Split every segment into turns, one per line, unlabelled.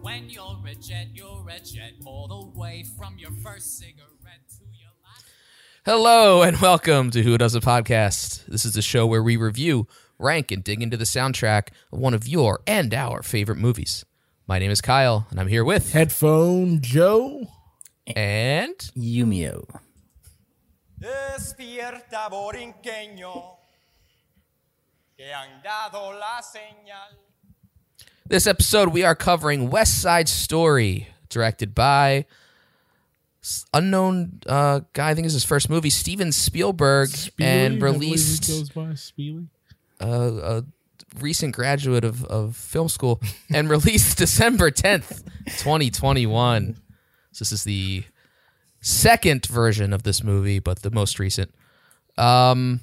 When you're a jet, you're a jet. All the way from your first cigarette to your last.
Hello and welcome to Who Does a Podcast. This is the show where we review, rank, and dig into the soundtrack of one of your and our favorite movies. My name is Kyle, and I'm here with
Headphone Joe.
and
Yumio.
Despierta borinqueño, que han dado la señal.
this episode we are covering West Side Story, directed by s- unknown uh, guy. I think is his first movie, Steven Spielberg, and released
goes by Spiely.
a recent graduate of, of film school and released December 10th, 2021. So this is the second version of this movie, but the most recent. Um,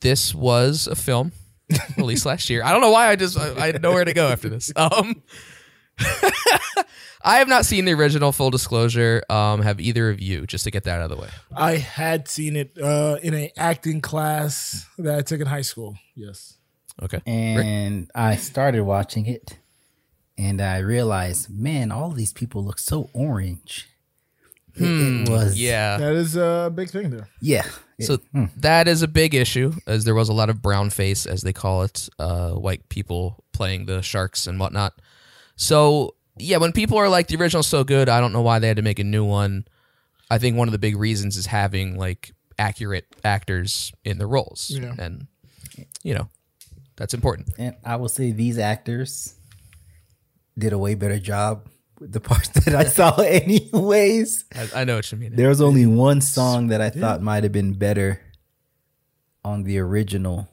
this was a film released last year. I don't know why I just, I, I had nowhere to go after this. Um, I have not seen the original full disclosure. Um, have either of you just to get that out of the way.
I had seen it uh, in an acting class that I took in high school. Yes.
Okay.
And I started watching it and I realized, man, all these people look so orange. It, it was
Hmm, Yeah.
That is a big thing there.
Yeah. It- hmm.
So that is a big issue, as there was a lot of brown face, as they call it, uh, white people playing the sharks and whatnot. So yeah, when people are like the original's so good, I don't know why they had to make a new one. I think one of the big reasons is having like accurate actors in the roles,
Yeah.
and you know that's important.
and I will say these actors did a way better job with the parts that I saw anyways.
I, I know what you mean.
There was only one song that I thought might have been better on the original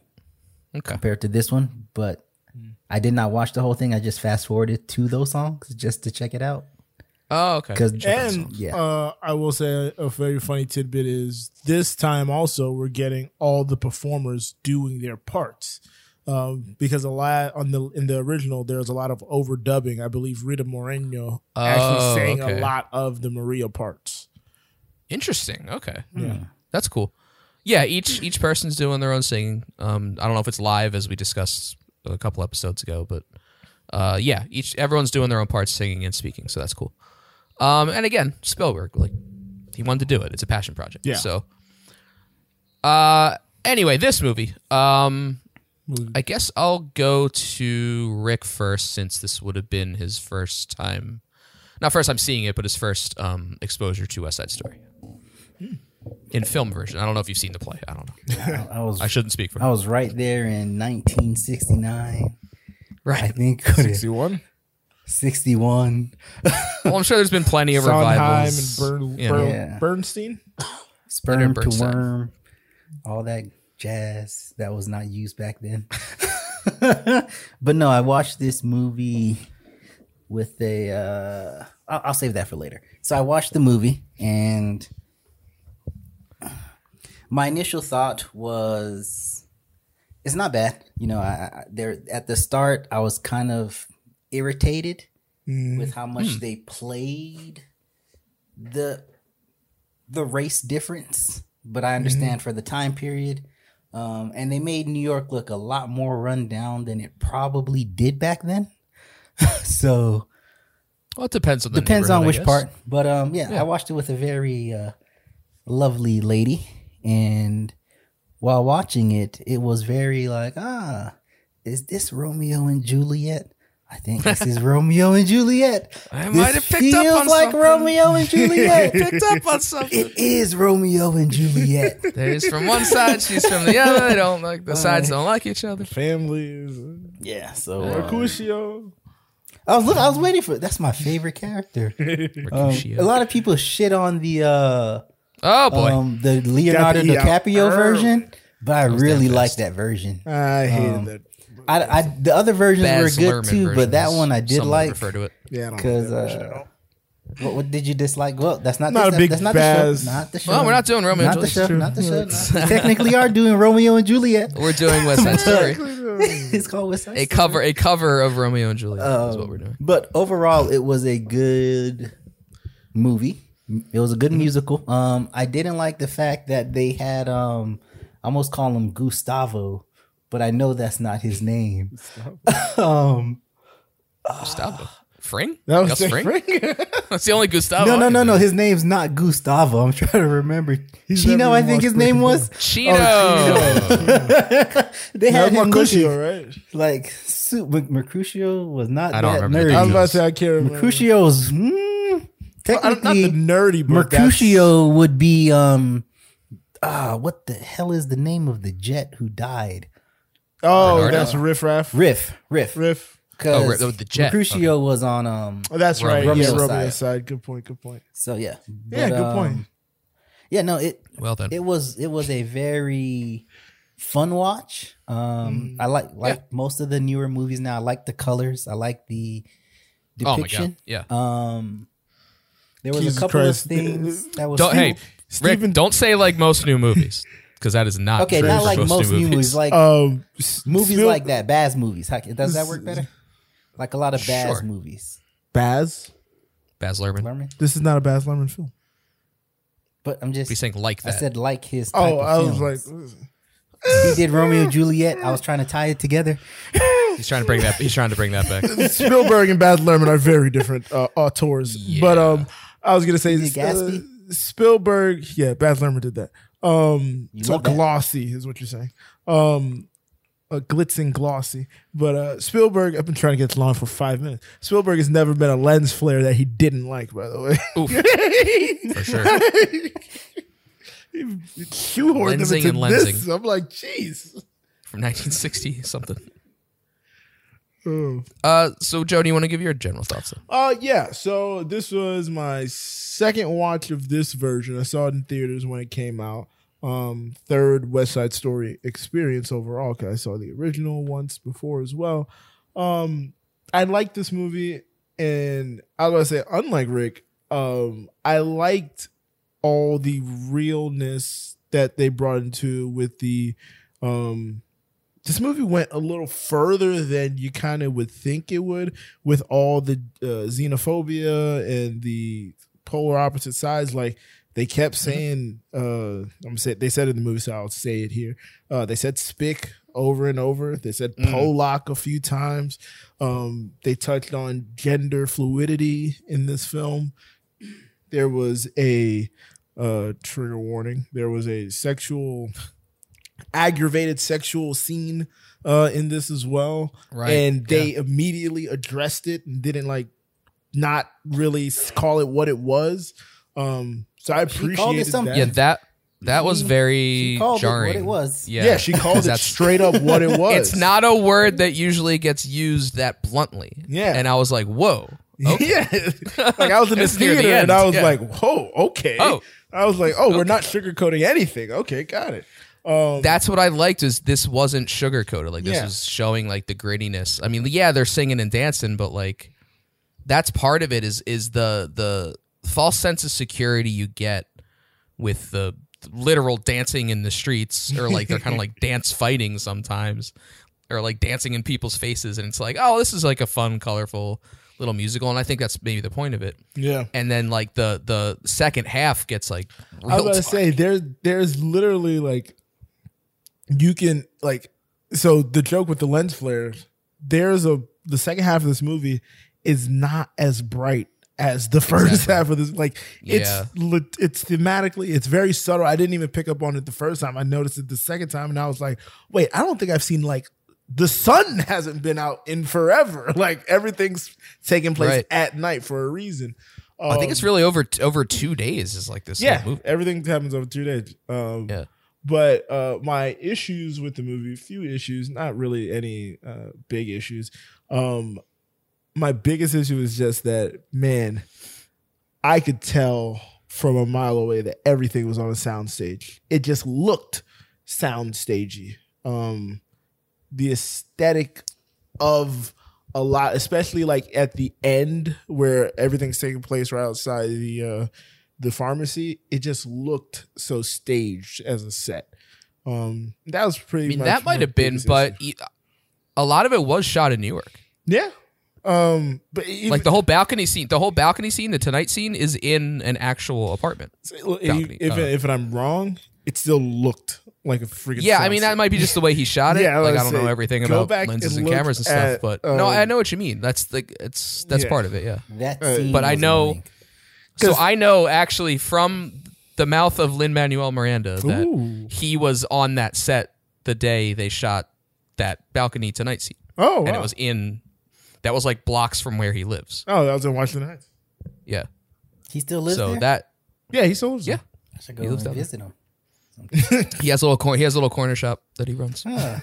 okay,
compared to this one, but
Hmm.
I did not watch the whole thing. I just fast forwarded to those songs just to check it out.
oh okay,
Because
And
yeah,
uh, I will say a very funny tidbit is this time also we're getting all the performers doing their parts. Um, because a lot on the in the original there's a lot of overdubbing. I believe Rita Moreno
Oh,
actually sang
okay.
a lot of the Maria parts.
interesting. Okay, that's cool. Yeah, each each person's doing their own singing. Um, I don't know if it's live as we discussed a couple episodes ago, but uh, yeah, each everyone's doing their own parts, singing and speaking, so that's cool. Um, and again, Spielberg, like he wanted to do it. It's a passion project.
Yeah.
So, uh, anyway, this movie. Um, I guess I'll go to Rick first, since this would have been his first time. Not first time seeing it, but his first um, exposure to West Side Story in film version. I don't know if you've seen the play. I don't know.
I, I was
I shouldn't speak for.
I was right there in 1969. I
Right.
think
61?
61.
Well, I'm sure there's been plenty of
Sondheim and
revivals.
Bern,
you
Bern-
know.
Yeah.
Bernstein.
Sperm to
Bernstein.
worm, all that jazz that was not used back then. but no, I watched this movie with a. Uh, I'll, I'll save that for later. So I watched the movie, and my initial thought was, it's not bad. You know, I, I there at the start, I was kind of irritated with how much they played the the race difference, but
Mm-hmm.
I understand for the time period. Um, and they made New York look a lot more rundown than it probably did back then. so
Well, it depends on the
depends on
neighborhood, I
which
guess.
part. But um, yeah, I watched it with a very uh, lovely lady, and while watching it, it was very like, ah, is this Romeo and Juliet? I think this is Romeo and Juliet.
I
This
might have picked up
feels
on
like
something.
Romeo and Juliet.
Picked up on something.
it is Romeo and Juliet.
There's from one side, she's from the other. They don't like the sides don't like each
Um,
other.
Families.
yeah, so uh,
Mercutio.
I was look, I was waiting for that's my favorite character. Um, a lot of people shit on the uh
oh boy, uh,
um, the Leonardo
Caprio.
DiCaprio
Er.
version, but I really like that version.
I hated
Um,
that.
I, I the other versions
Baz
were good
Luhrmann
too, but that
versions,
one I did
some would
like.
Refer to it.
Yeah, I don't like
Because
that version at
uh,
all.
what, what did you dislike? Well, that's not
Not
this-
a big
that's not
Baz.
the show. Not the show.
Well, we're not doing Romeo
not
and
the show.
Juliet.
Not the show. not- we technically, are doing Romeo and Juliet.
We're doing West Side Story.
it's called West Side
A
Story.
cover, a cover of Romeo and Juliet is
Um,
what we're doing.
But overall, it was a good movie. It was a good musical. Um, I didn't like the fact that they had um, I almost call him Gustavo, but I know that's not his name. um,
Gustavo. Fring?
That was
Gus
Dick
Fring?
Fring.
That's the only Gustavo.
No,
I
no,
can
no, no.
think
His name's not Gustavo. I'm trying to remember.
He's
Chino,
never
I
even
think
watched
his name
Breaking
was.
Chino.
Oh, They had
That was
him looking
Mercutio, right?
like su- Mac- Mercutio was not.
I don't
that
remember the
nerdy.
I was
name.
about to say I can't remember.
Mercutio was mm,
I don't- not the
technically
nerdy, but that's-
Mercutio would be um. Ah, what the hell is the name of the jet who died?
Oh,
Bernardo.
that's Riff Raff.
Riff, Riff,
Riff.
because
Oh, Riff, oh, the jet.
Mercutio was on um.
Oh, that's
Romeo.
right. yeah,
Romeo's
Romeo's
side.
side. Good point. Good point.
So yeah, But,
yeah, good
um,
point.
Yeah, no, it
Well then.
it was it was a very fun watch.
Mm.
Um, I like like most of the newer movies now. I like the colors. I like the
oh my
depiction.
god. Yeah.
Um, there was
Jesus
a couple
Christ.
of things that was
Don't, hey,
Steven-
Rick, don't say like most new movies because that is not
okay,
true
not
for
like most new movies,
Oh,
like
Um,
movies
Spiel-
like that, Baz movies. How, does that work better? Like a lot of Baz
Sure.
movies,
Baz.
Baz Luhrmann.
Lerman.
This is not a Baz Luhrmann film.
But I'm just
Be saying like
I
that.
said like his. Type
Oh, I was
films.
like,
he did Romeo and Juliet. I was trying to tie it together.
he's trying to bring that. He's trying to bring that back.
Spielberg and Baz Luhrmann are very different uh, auteurs. But um, I was gonna say
Is it Gatsby?
uh, Spielberg. Yeah, Baz Luhrmann did that. Um,
You
so
love that.
glossy is what you're saying. Um, uh, glitz and glossy. But uh, Spielberg, I've been trying to get this long for five minutes. Spielberg has never been a lens flare that he didn't like. By the way,
Oof. For sure.
He shoehorned them
Lensing
into
and
this.
lensing.
I'm like, jeez.
From 1960 something.
Oh.
Uh, so Joe, do you want to give your general thoughts? Then?
Uh yeah, so this was my second watch of this version. I saw it in theaters when it came out. Um third West Side Story experience overall cuz I saw the original once before as well. Um I like this movie and I was going to say unlike Rick, um I liked all the realness that they brought into with the um this movie went a little further than you kind of would think it would with all the uh, xenophobia and the polar opposite sides like they kept
Mm-hmm.
saying uh i'm say they said in the movie so i'll say it here uh they said spick over and over they said
Mm.
polak a few times um they touched on gender fluidity in this film there was a uh trigger warning there was a sexual aggravated sexual scene uh in this as well
Right.
and they immediately addressed it and didn't like not really s- call it what it was um so i
She called it
appreciated
something.
that
yeah that that was
She-
very
He called
jarring.
it what it was.
Yeah.
yeah, she called it
that's-
straight up what it was
It's not a word that usually gets used that bluntly.
Yeah.
And I was like, whoa. Okay.
yeah like i was in the
It's near the
theater
end,
and i was
yeah.
like whoa okay
Oh.
i was like oh we're not sugarcoating anything okay got it um
That's what I liked is this wasn't sugarcoated. Like this
Yeah.
was showing like the grittiness. I mean, yeah, they're singing and dancing, but like that's part of it is is the the false sense of security you get with the literal dancing in the streets or like they're kind of like dance fighting sometimes or like dancing in people's faces and it's like, "Oh, this is like a fun, colorful little musical." And I think that's maybe the point of it.
yeah
and then like the the second half gets like real
I was about to
dark.
say there there's literally like you can like so the joke with the lens flares, there's a the second half of this movie is not as bright as the first
Exactly.
half of this like
Yeah.
it's li- it's thematically it's very subtle i didn't even pick up on it the first time i noticed it the second time and i was like wait i don't think i've seen like the sun hasn't been out in forever like everything's taking place
Right.
at night for a reason
I think it's
Um,
really over over two days is like this
yeah,
whole movie.
everything happens over two days. Um,
Yeah.
But uh, my issues with the movie, few issues, not really any uh, big issues. Um, my biggest issue is just that, man, I could tell from a mile away that everything was on a soundstage. It just looked soundstagey. Um, the aesthetic of a lot, especially like at the end where everything's taking place right outside the uh, the pharmacy. It just looked so staged as a set. Um, that was pretty.
I mean
much
that
my
might have been,
biggest
but
issue.
e- a lot of it was shot in New York.
yeah. Um, but even,
Like the whole balcony scene, the whole balcony scene, the tonight scene is in an actual apartment.
So, if,
balcony,
e-, if,
uh,
if I'm wrong, it still looked like a freaking.
Yeah, I mean
sunset.
that might be just the way he shot it.
Yeah, I
like I
was
don't
saying,
know everything
go
about
back
lenses
and
and
look
cameras and
at,
stuff, but no,
um,
I know what you mean. That's like it's that's
Yeah.
part of it. Yeah.
That
Uh,
scene
But I
was
know-
annoying.
So
'Cause-
I know actually from the mouth of Lin Manuel Miranda that
Ooh.
he was on that set the day they shot that balcony tonight scene,
Oh,
and
wow.
it was in that was like blocks from where he lives.
oh, that was in Washington Heights.
Yeah.
he still lives
so
there.
that
Yeah, he sold.
Yeah.
I should go
he lives
and
down there.
visit him.
he has a little cor- he has a little corner shop that he runs.
Ah.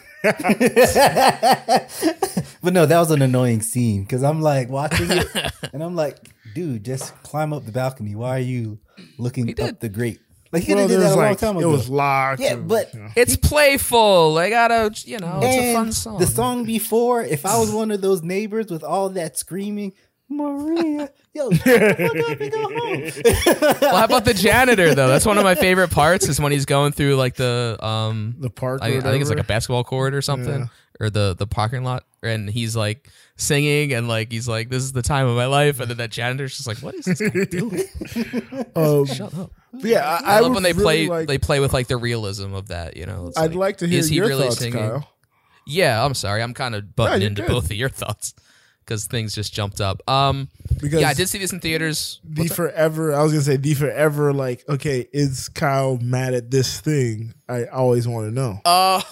but no, that was an annoying scene because I'm like watching it and I'm like, dude, just climb up the balcony. Why are you looking up
did.
the grate? Like he could
Well,
have
there
did that
was
a long
like
time
it
ago.
was locked.
Yeah,
and,
but-
you know.
It's playful. I gotta you know Oh, it's a fun
And
song.
The song before, if I was one of those neighbors with all that screaming, Maria, yo, shut the fuck up and go home.
Well, how about the janitor though? That's one of my favorite parts is when he's going through like the um
the park.
I,
or
I think it's like a
whatever.
basketball court or something
Yeah.
or the the parking lot and he's like singing and like he's like this is the time of my life and then that janitor's just like what is this guy doing?
Um,
Shut up.
yeah, I,
I,
I
love
would
when they play
really Like,
they play with like the realism of that, you know. It's
I'd like to hear
is he
your
really
thoughts,
singing?
Kyle.
Yeah, I'm sorry. I'm kind of butting
you're
into
good.
both of your thoughts cuz things just jumped up. Um
Because
yeah, I did see this in theaters.
the forever. I was gonna say the forever. Like, okay, is Kyle mad at this thing? I always want to know.
Uh,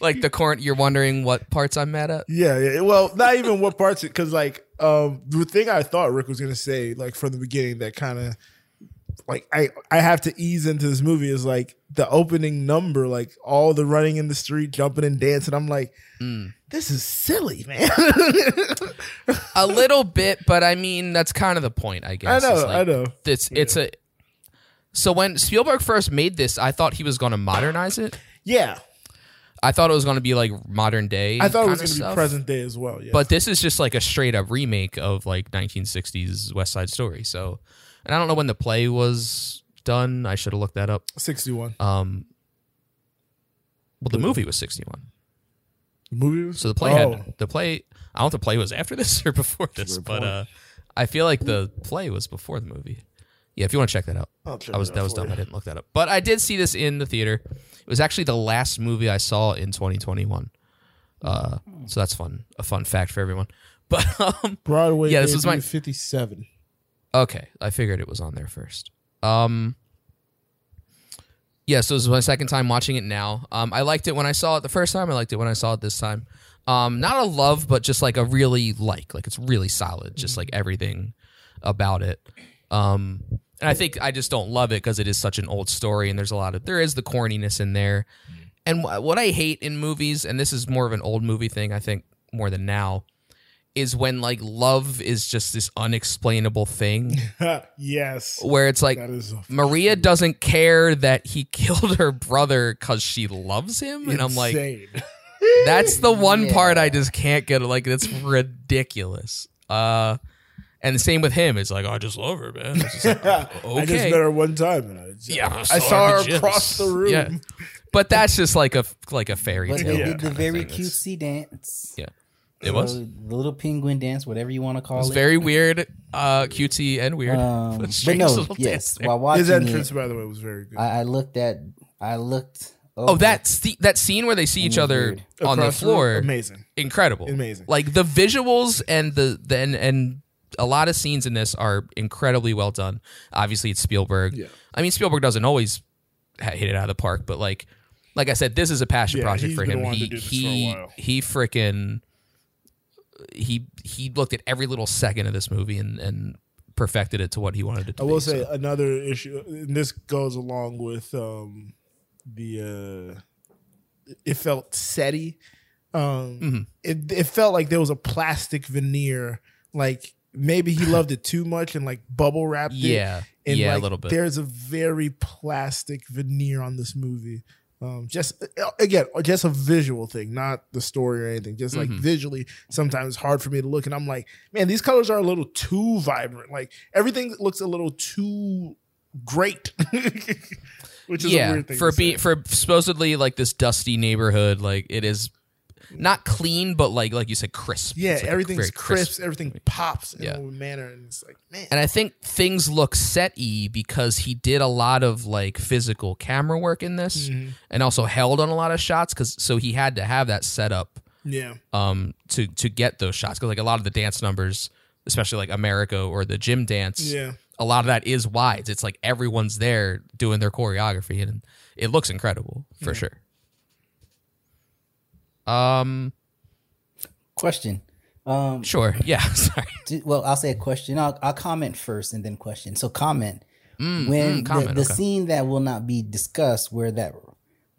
like the current you're wondering what parts I'm mad at?
Yeah, yeah. Well, not even what parts it because like um the thing I thought Rick was gonna say like from the beginning that kind of like I I have to ease into this movie is like the opening number like all the running in the street jumping and dancing I'm like
Mm.
this is silly man
a little bit, but I mean that's kind of the point, I
I
guess.
know
It's
I
like,
know
It's it's a. So when Spielberg first made this, I thought he was going to modernize it.
yeah
I thought it was going to be like modern day.
I thought it
kinda
was gonna
stuff.
be present day as well yeah
But this is just like a straight up remake of like 1960s West Side Story. So, and I don't know when the play was done. I should have looked that up.
sixty one
Um, well, the movie was 61.
the movie was
So the play
Oh.
had the play. I don't know if the play was after this or before this, but uh, I feel like the play was before the movie. Yeah, if you want to check that out,
I'll check
I was
it out
that was
for
dumb.
you.
I didn't look that up, but I did see this in the theater. It was actually the last movie I saw in 2021. Uh, so that's fun. A fun fact for everyone. But um,
Broadway
Yeah, this was my-
fifty seven
Okay, I figured it was on there first. Um Yeah, so this is my second time watching it now. Um I liked it when I saw it the first time, I liked it when I saw it this time. Um not a love but just like a really like, like it's really solid, just like everything about it. Um and I think I just don't love it cuz it is such an old story and there's a lot of there is the corniness in there. And wh- what I hate in movies and this is more of an old movie thing I think more than now is when like love is just this unexplainable thing
yes
where it's Oh, like
that is
Maria doesn't care that he killed her brother because she loves him, and I'm like,
insane.
that's the one
Yeah.
part I just can't get. Like, that's ridiculous. Uh, and the same with him. It's like I just love her, man. It's just like,
I just
okay.
met her one time and I
Yeah, I
I
saw
saw
her
her
in the gyms.
across the room.
Yeah. But that's just like a like a fairy
But
tale.
they did the
kinda
very Oh,
thing. It's-
cutesy dance.
Yeah, it was. It
So the little penguin dance, whatever you want to call
was
it.
very weird, uh, cutesy and weird.
um,
But
but
strange
no,
little dance
yes.
there.
While watching
His entrance,
it,
by the way, was very good.
I, I looked at, I looked.
Oh, that sce- that scene where they see each
was
other
weird.
on the
Across room,
floor. Oh.
amazing.
incredible
Amazing.
like the visuals and the, the and, and a lot of scenes in this are incredibly well done obviously it's spielberg
Yeah.
i mean spielberg doesn't always ha- hit it out of the park but like like i said this is a passion
Yeah,
project
he's
for
been
him
wanting
he
to do this for a
he
while.
he freaking he he looked at every little second of this movie and and perfected it to what he wanted it to
I will
be,
say
so.
another issue, and this goes along with um, the. Uh, it felt setty. Um,
Mm-hmm.
it, it felt like there was a plastic veneer. Like maybe he loved it too much and like bubble wrapped it.
yeah
And
yeah
like,
a little bit
There's a very plastic veneer on this movie. Um, just again, just a visual thing, not the story or anything. Just like
Mm-hmm.
visually, sometimes it's hard for me to look, and I'm like, man, these colors are a little too vibrant. Like everything looks a little too great, which is a
yeah
weird thing
for
to say.
being for supposedly like this dusty neighborhood like it is not clean, but like like you said, crisp.
Yeah,
It's like a
everything's
very
crisp, Everything pops in
Yeah.
a manner, and it's like, man,
And I think things look set y because he did a lot of like physical camera work in this
Mm-hmm.
and also held on a lot of shots because so he had to have that set up
yeah,
um to to get those shots because like a lot of the dance numbers especially like america or the gym dance
Yeah.
a lot of that is wides it's like everyone's there doing their choreography and it looks incredible for sure um
Question. Um,
sure yeah sorry
do- well, I'll say a question. I'll, I'll comment first and then question. So comment. when the,
Mm, comment,
the
okay.
scene that will not be discussed, where that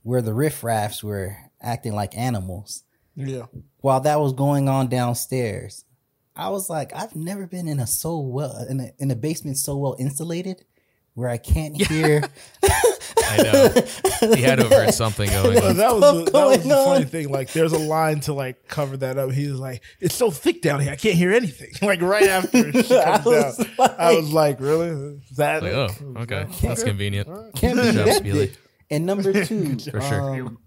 where the riffraffs were acting like animals,
yeah.
while that was going on downstairs, I was like, I've never been in a so well in a, in a basement so well insulated where I can't hear.
i know he had over at something going
Well,
on
Oh, that was
stuff
the, that was
going
the funny
on.
thing. Like, there's a line to like cover that up. He's like, "It's so thick down here, I can't hear anything." Like right after she comes
I was
down,
like-
I was like, "Really? That?"
like, oh okay that's convenient
can't be
Shout out to
that
Speely.
big. And number two,
for sure
um,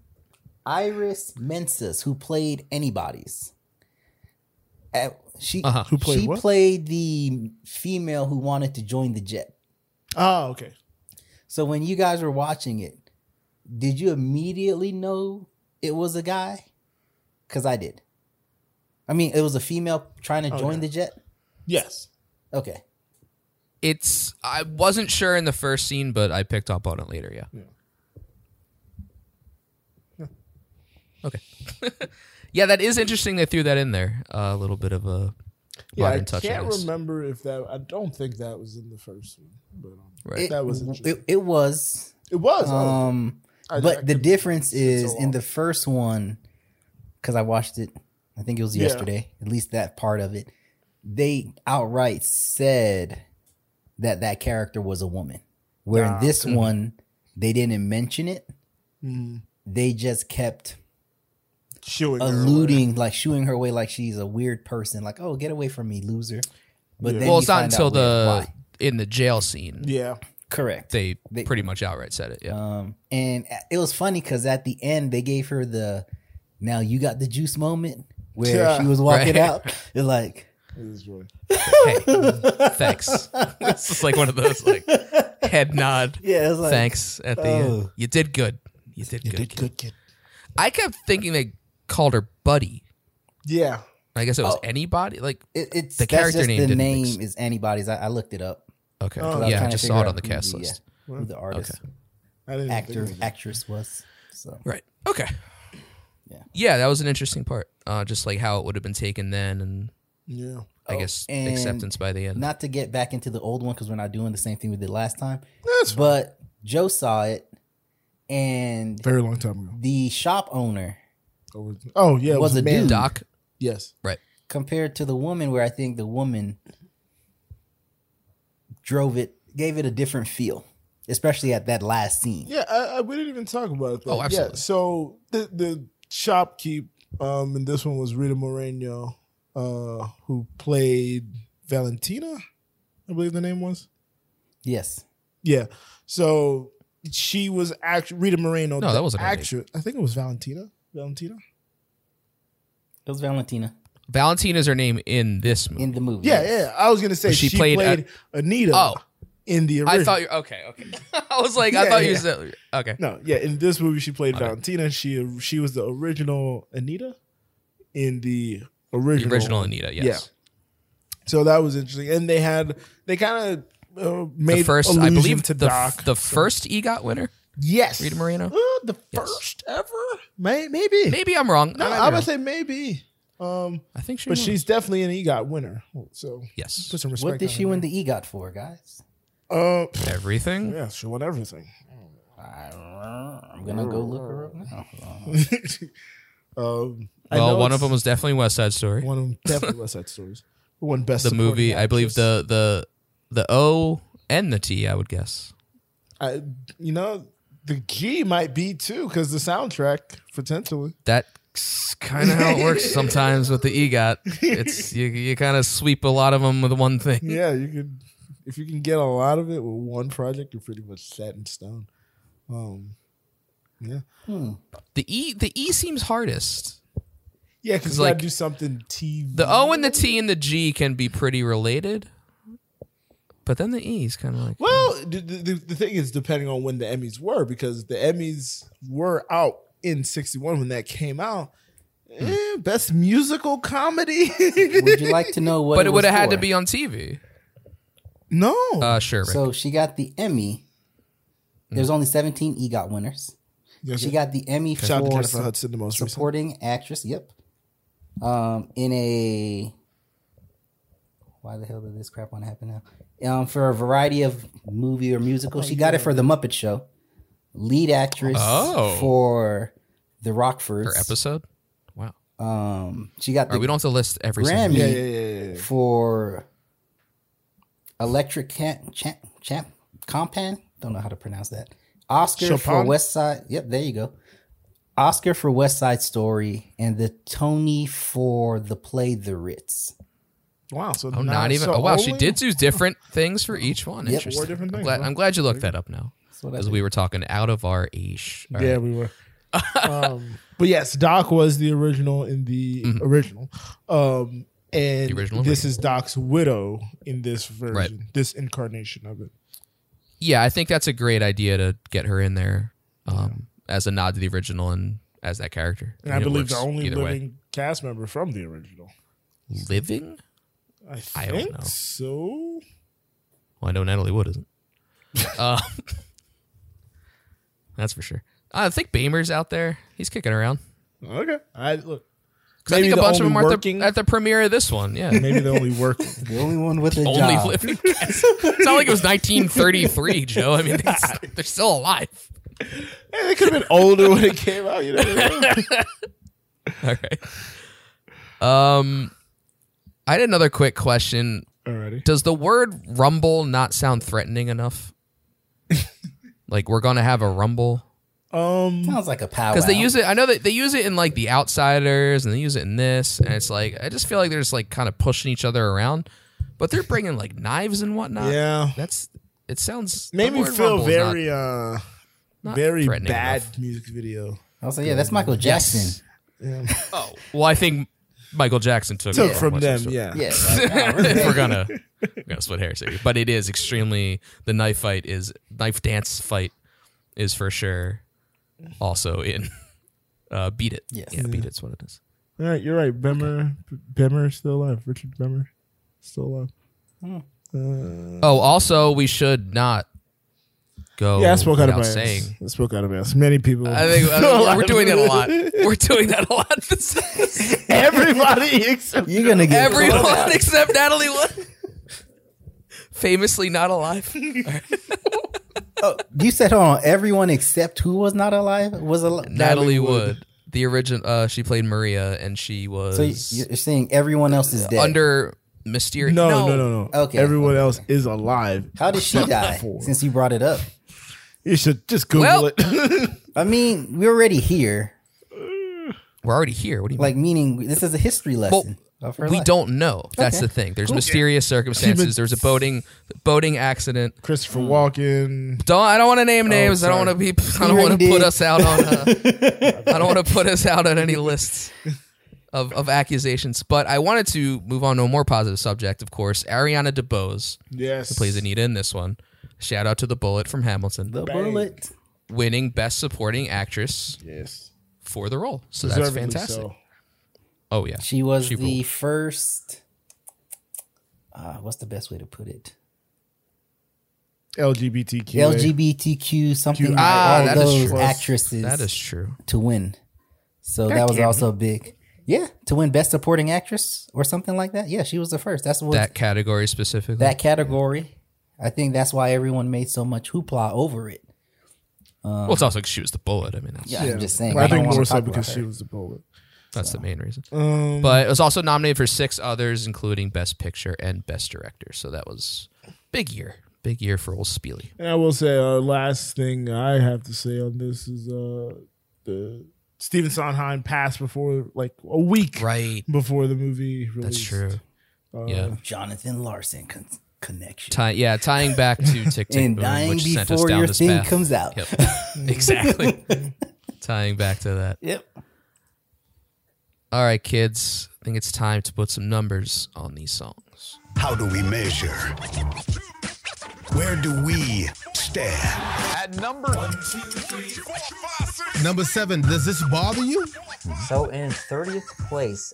Iris Mensis, who played anybody's. At- she
Uh-huh.
Who played
she
what?
played the female who wanted to join the jet.
Oh, okay.
So when you guys were watching it, did you immediately know it was a guy? Because I did. I mean, it was a female trying to join
yeah.
the jet.
Yes.
Okay.
it's i wasn't sure in the first scene but i picked up on it later yeah, okay yeah that is interesting they threw that in there a little bit of a
Yeah,
modern
I
touch
can't
I guess.
remember if that. I don't think that was in the first one, but um,
Right.
It,
that was interesting.
it, it was.
It was. oh,
Um,
I- I
but the
could-
difference is
so
in the first one, because I watched it, I think it was
Yeah.
yesterday, at least that part of it, they outright said that that character was a woman. Where
Ah,
in this one, they didn't mention it. They just kept
showing hmm. her
alluding, like shooing her way, like she's a weird person. Like, oh, get away from me, loser. But
Yeah.
then
well
you
it's not
find out
until
later
the
why.
in the jail scene
Yeah.
correct.
they,
They-
pretty much outright said it yeah
Um, and it was funny because at the end they gave her the now you got the juice moment where
Yeah.
she was walking
Right.
out. It's like,
It was really-
hey thanks it's just like one of those like head nod
yeah, it's like
thanks at the end.
oh.
you did good uh, you did good, kid.
good kid.
i kept thinking they called her buddy
Yeah.
i guess it was
Oh.
anybody like
It, it's
The
the character
character name
The
didn't
name
ex-
is anybody's. I, I looked it up.
Okay.
Oh,
'cause was
yeah, I
trying to
just
figure
saw it
out
on the
who
cast
yeah,
list.
who the artist,
I didn't
actor,
Think of it.
actress was. So
Right. Okay.
Yeah.
Yeah, that was an interesting part. Uh, just like how it would have been taken then, and
Yeah.
I guess
and
acceptance by the end.
not to get back into the old one because we're not doing the same thing we did last time.
That's
But Joe saw it, and
very long time ago.
the shop owner
Over- Oh yeah, it
Was
was,
a
a man.
dude.
Doc.
Yes.
Right.
compared to the woman where I think the woman drove it, gave it a different feel, especially at that last scene.
Yeah, I, I, we didn't even talk about it. Though.
Oh, absolutely.
Yeah, so the the shopkeep, um, and this one was Rita Moreno, uh, who played Valentina, I believe the name was.
Yes.
Yeah. So she was actually Rita Moreno.
No,
the
that wasn't her name.
actress. I think it was Valentina. Valentina.
It was Valentina
Valentina's her name in this movie.
in the movie.
Yeah, yeah. I was gonna say
But she
she,
played
played, Anita.
Oh.
in the original.
I thought you okay, okay. I was like, I
Yeah,
thought you
yeah.
said okay.
No, yeah, in this movie she played Valentina. She she was the original Anita in the
The
original.
original Anita, yes.
So that was interesting, and they had they kind of uh, made
The first, I
allusion
believe,
to
the,
Doc.
the first EGOT winner,
yes,
Rita Moreno.
Uh, the
Yes.
first ever, May, maybe.
Maybe I'm wrong.
No,
I, might be
I
wrong.
would say maybe. Um,
I think she.
but
won.
she's definitely an E EGOT winner. So
yes,
put some respect.
What did she win the E EGOT for, guys?
Uh,
everything.
yeah, she won everything.
I'm gonna go look her up now.
um, I
Well,
know
one
it's-
of them was definitely West Side Story.
one of them definitely West Side Stories. One best
the
supporting
movie. I believe
actress.
the the the O and the T. I would guess.
I, you know, the G might be too because the soundtrack potentially.
That's kind of how it works sometimes with the EGOT. It's you you kind of sweep a lot of them with one thing.
Yeah, you could if you can get a lot of it with one project, you're pretty much set in stone. Um,
The E the E seems hardest.
Yeah, because
'Cause,
you like,
like,
gotta do something TV.
The O and the T and the G can be pretty related, but then the E is kind of like
well, the, the, the thing is, depending on when the Emmys were, because the Emmys were out in '61 when that came out.
Hmm.
Eh, best musical comedy?
Would you like to know what?
but it would have
was
had to
for?
be on TV.
no.
Uh, sure. Rick.
So she got the Emmy. There's only E 17 EGOT winners.
Yes,
She got the Emmy
Mm. shout out to
for
Jennifer
su-
Hudson, the most recent.
supporting actress. Yep. Um, in a why the hell did this crap want to happen now? Um, for a variety of movie or musical, she got it for The Muppet Show. Lead actress
Oh.
for The Rockfords.
per episode. Wow.
Um, she got
All right,
the
we don't have to list every single.
Grammy
Yeah, yeah, yeah, yeah.
for Electric Cat Champ, Champ Compan. Don't know how to pronounce that. Oscar for
Chopin?
West Side. Yep, there you go. Oscar for West Side Story and the Tony for the play The Ritz.
Wow. So
Oh,
now-
not even.
so
oh, wow. She
only-
did do different things for each one.
Yep.
Interesting.
Four different
I'm
things,
glad,
huh?
I'm glad you looked that up now
what I
because
did.
we were talking out of our ish. All
Yeah,
right.
we were. um, but yes, Doc was the original in the original, um, and
Mm-hmm. The original
this
original.
is Doc's widow in this version,
Right.
this incarnation of it.
Yeah, I think that's a great idea to get her in there um, as a nod to the original and as that character.
And I
mean, it
believe the
works
only
either way.
living cast member from the original.
living.
I
I don't
think
know.
so.
Well, I know Natalie Wood isn't. uh, that's for sure. I think Beamer's out there. He's kicking around.
Okay, I look.
'Cause I
Maybe
think a
the
bunch of
only
them were at
working-
the, at the premiere of this one. Yeah.
Maybe the only working.
The only one with a
only
job.
living cast. It's not like it was 1933, Joe. I mean, it's- they're still alive.
they could have been older when it came out. You know. what I mean?
All right. Um, I had another quick question.
Alrighty.
Does the word rumble not sound threatening enough? like we're gonna have a rumble
Um.
Sounds like a power.
because they use it. I know that they use it in like The Outsiders and they use it in this, and it's like I just feel like they're just like kind of pushing each other around, but they're bringing like knives and whatnot.
Yeah.
that's it. Sounds the
Made me
word
feel
rumble is not-
very uh
not
very
threatening
bad
enough.
music video.
Also, yeah, that's Michael Jackson.
Oh well, I think Michael Jackson took
Took
it
from
much
them.
of it.
Yeah.
Yeah,
If we're gonna we're gonna split hairs here, but it is extremely the knife fight is knife dance fight is for sure also in uh, beat it.
Yes.
Yeah, beat it's what it is.
All right, you're right. Bemmer, Bemmer still alive. Richard Bemmer, still alive. Mm.
Oh, also we should not go.
Yeah, I spoke out of
Oh, without
my
saying.
ass. I spoke out of my ass. Many people.
I think I
still
think
alive.
we're doing that a lot. We're doing that a lot. This is-
Everybody except
You're gonna get
Everyone except Natalie Wood, famously not alive.
You said hold on. Everyone except who was not alive was alive.
Natalie Wood, the original. Uh, she played Maria, and she
So
was
you- you're saying everyone else is dead.
under Mysterious.
no, no, no, no.
Okay.
Everyone else is alive.
How did she die? Since you brought it up,
You should just Google
Well-
it.
I mean, we're already here.
We're already here. What do you
Like, meaning this is a history lesson. of her
mean? We
life.
don't know. That's the thing. There's mysterious circumstances. There's a boating boating accident.
Christopher Walken.
Don't I don't want to name names. I don't want to be. I don't
already
want to put
did.
us out on. uh, I don't want to put us out on any lists of of accusations. But I wanted to move on to a more positive subject. Of course, Ariana DeBose
Yes.
plays Anita in this one. Shout out to the bullet from Hamilton,
The bullet.
winning Best Supporting Actress
Yes.
for the role. So that's
Deservedly
fantastic.
so.
Oh yeah,
She was
She
the first. Uh, what's the best way to put it?
LGBTQ.
LGBTQ something.
Ah,
all
that is
those
true.
actresses
that is true.
to win. So that was also big. Yeah, to win Best Supporting Actress or something like that. Yeah, she was the first. That's what
That category specifically.
that category. I think that's why everyone made so much hoopla over it.
well, it's also 'cause she was the bullet. I mean, that's,
Yeah, I'm just saying.
Well, I
we don't
think
wanna
more so
talk about
because
her.
she was the bullet.
that's the main reason.
Um,
But it was also nominated for six others, including Best Picture and Best Director. So that was big year, big year for old Speely.
And I will say, uh, last thing I have to say on this is uh, the Stephen Sondheim passed before like a week
Right,
before the movie released.
that's true.
Uh,
yeah,
Jonathan Larson con- connection.
Ty- yeah, tying back to Tick Tick
and
Boom,
dying
which sent us
before
down
your
this
thing
path.
comes out.
Yep. exactly. tying back to that.
Yep.
All right, kids. I think it's time to put some numbers on these songs.
How do we measure? Where do we stand?
Number seven, does this bother you?
So in 30th place,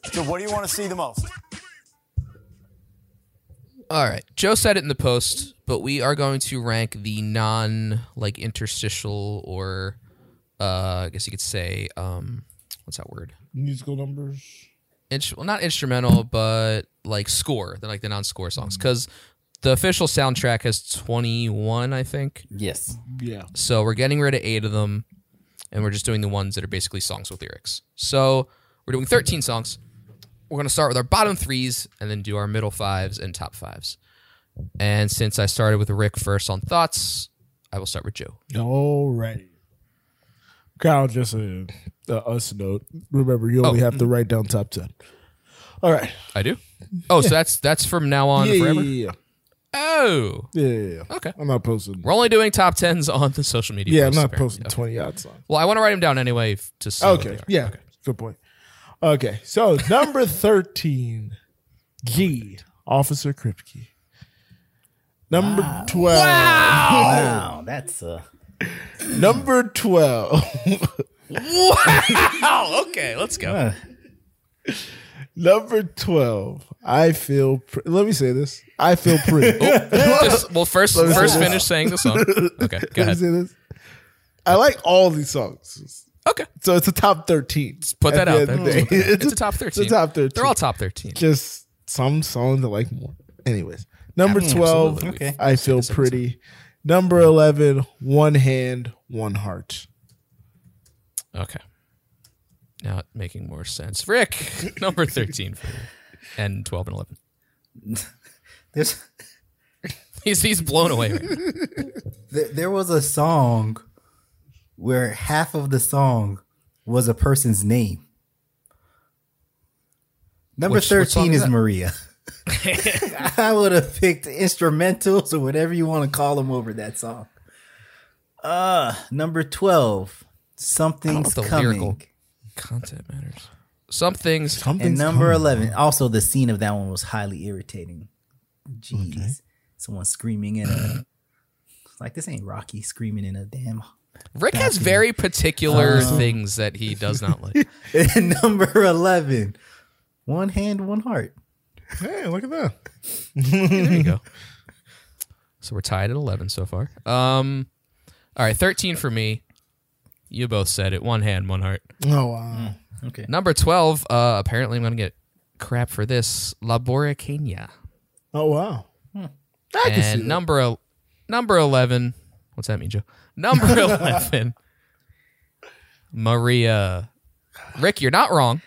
All right. Joe said it in the post, but we are going to rank the non like interstitial or uh I guess you could say um what's that word?
Musical numbers.
Ins- well, not instrumental, but like score, the like the non-score songs cuz the official soundtrack has 21, I think.
yes.
Yeah.
So we're getting rid of 8 of them and we're just doing the ones that are basically songs with lyrics. So we're doing 13 songs. We're going to start with our bottom 3s and then do our middle 5s and top 5s. And since I started with Rick first on thoughts, I will start with Joe.
Alrighty. Kyle, just a, a us note. Remember, you only have to write down top ten. All right.
I do. Oh, so that's that's from now on
yeah,
forever.
yeah,
Oh,
yeah, yeah, yeah, yeah.
Okay.
I'm not posting.
we're only doing top tens on the social media.
yeah, I'm
posts,
not
apparently.
posting twenty odd songs.
Well, I want to write them down anyway f- to see. what
Okay.
they are.
Yeah. Good point. Okay. So number thirteen, G, Officer Kripke. Number twelve.
Wow, that's uh
Number twelve.
Oh, okay. Let's go.
number twelve. I feel. Pr- Let me say this. I feel pretty.
Oh, Just- well, first
me
first
say this.
finish saying the song. Okay. Go
Let me
ahead.
say this. I like all these songs.
Okay.
So it's a top 13.
Put
At
that
the
out
end
there.
of the
Let's
day.
put that out. It's a top thirteen.
It's a top 13.
They're all top thirteen.
Just some songs I like more. Anyways, number 12,
absolutely. Okay.
I Feel Pretty. Number 11, One Hand, One Heart.
Okay. Now it's making more sense. Rick, number thirteen for you, and twelve and eleven.
there's
He's he's blown away. Right now.
there, there was a song where half of the song was a person's name. Number
Which- what song
13
is
is
that?
Maria. I would have picked instrumentals or whatever you want to call them over that song. Uh, number 12, Something's
the
Coming.
lyrical Content matters. Some things
And number 11, also the scene of that one was highly irritating. Jeez. Someone screaming in a. It's like, this ain't Rocky screaming in a damn
Rick has very particular
Uh-huh.
things that he does not like.
And number 11, one hand, one heart.
Hey, look at that.
there you go. So we're tied at 11 so far. Um, all right, 13 for me. You both said it. One hand, one heart.
Oh,
Mm.
wow.
Okay.
Number 12, uh, apparently I'm going to get crap for this. Labora Kenya.
Oh, wow.
Hmm.
I can see
And
that.
number el- number 11. What's that mean, Joe? Number 11. Maria. Rick, you're not wrong,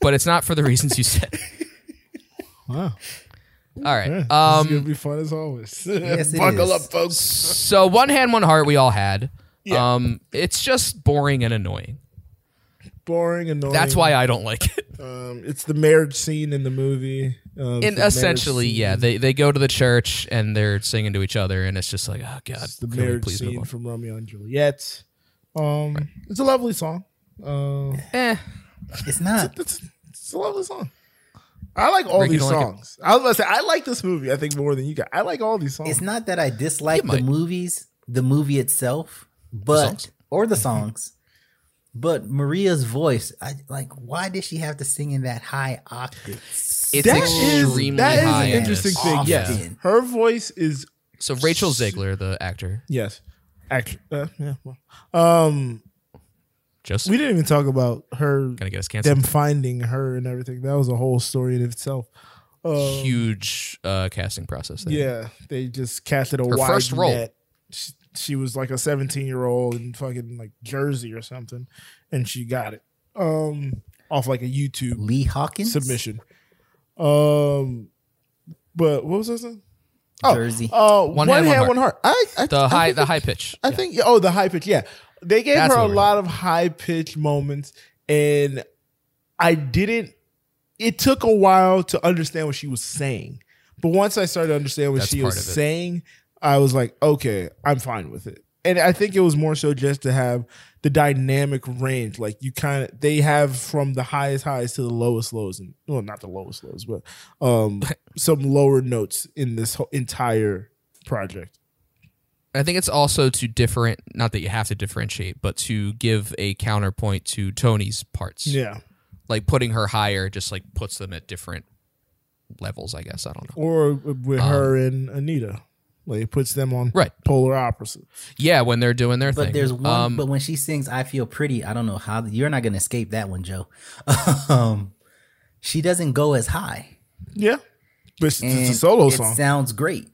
but it's not for the reasons you said.
Wow.
All right.
This is
Um,
going to be fun as always.
Yes, it
Buckle
is.
up, folks.
so one hand, one heart. We all had. Um, it's just boring and annoying.
Boring, annoying.
That's why I don't like it.
Um, it's the marriage scene in the movie. Um, it's the
And
marriage
essentially,
scene-
yeah, they they go to the church and they're singing to each other, and it's just like, oh god,
It's the
can we
marriage
please move
scene
on?
from Romeo and Juliet. Um, it's a lovely song. Uh,
Eh,
It's not.
it's, it's a lovely song. I like all
Rick, you
these
don't like it?
songs. I was gonna say I like this movie. I think more than you guys. I like all these songs.
It's not that I dislike
might.
the movies, the movie itself, but
songs?
or the songs. But Maria's voice, I like why did she have to sing in that high octave?
It's
That is-
extremely
that is
high.
an
in
interesting
this.
thing. Yes,
Often.
her voice is
So Rachel Ziegler, the actor,
yes. Actually, uh, yeah. Well, um,
just
we didn't even talk about her
gonna get us canceled.
them finding her and everything. That was a whole story in itself. Uh,
Huge uh, casting process. There.
Yeah, they just casted a
Her
wide
first role.
net. She, she was like a 17 year old in fucking like Jersey or something, and she got it um off like a YouTube
Lee Hawkins
submission. Um, but what was this? Oh,
Jersey.
uh, one,
Hand,
hand,
One Heart.
one heart. I, I,
The
I
high
think
the
it-
high pitch.
I think oh the high pitch yeah they gave
That's
her a
what we're
lot of high pitched moments and I didn't it took a while to understand what she was saying but once I started to understand what
That's
she
part
was
of it.
saying I was like okay I'm fine with it and I think it was more so just to have the dynamic range. Like you kind of they have from the highest highs to the lowest lows, and well, not the lowest lows, but um, some lower notes in this whole entire project.
I think it's also to different, not that you have to differentiate, but to give a counterpoint to Tony's parts.
Yeah,
Like putting her higher just like puts them at different levels, I guess. I don't know.
or with
Uh,
her and Anita, like it puts them on
Right.
polar opposites.
Yeah, when they're doing their
But
thing.
there's one.
Um,
but when she sings "I Feel Pretty," I don't know how you're not gonna escape that one, Joe. um, she doesn't go as high.
Yeah, but it's,
And
it's a solo
it
song.
sounds great,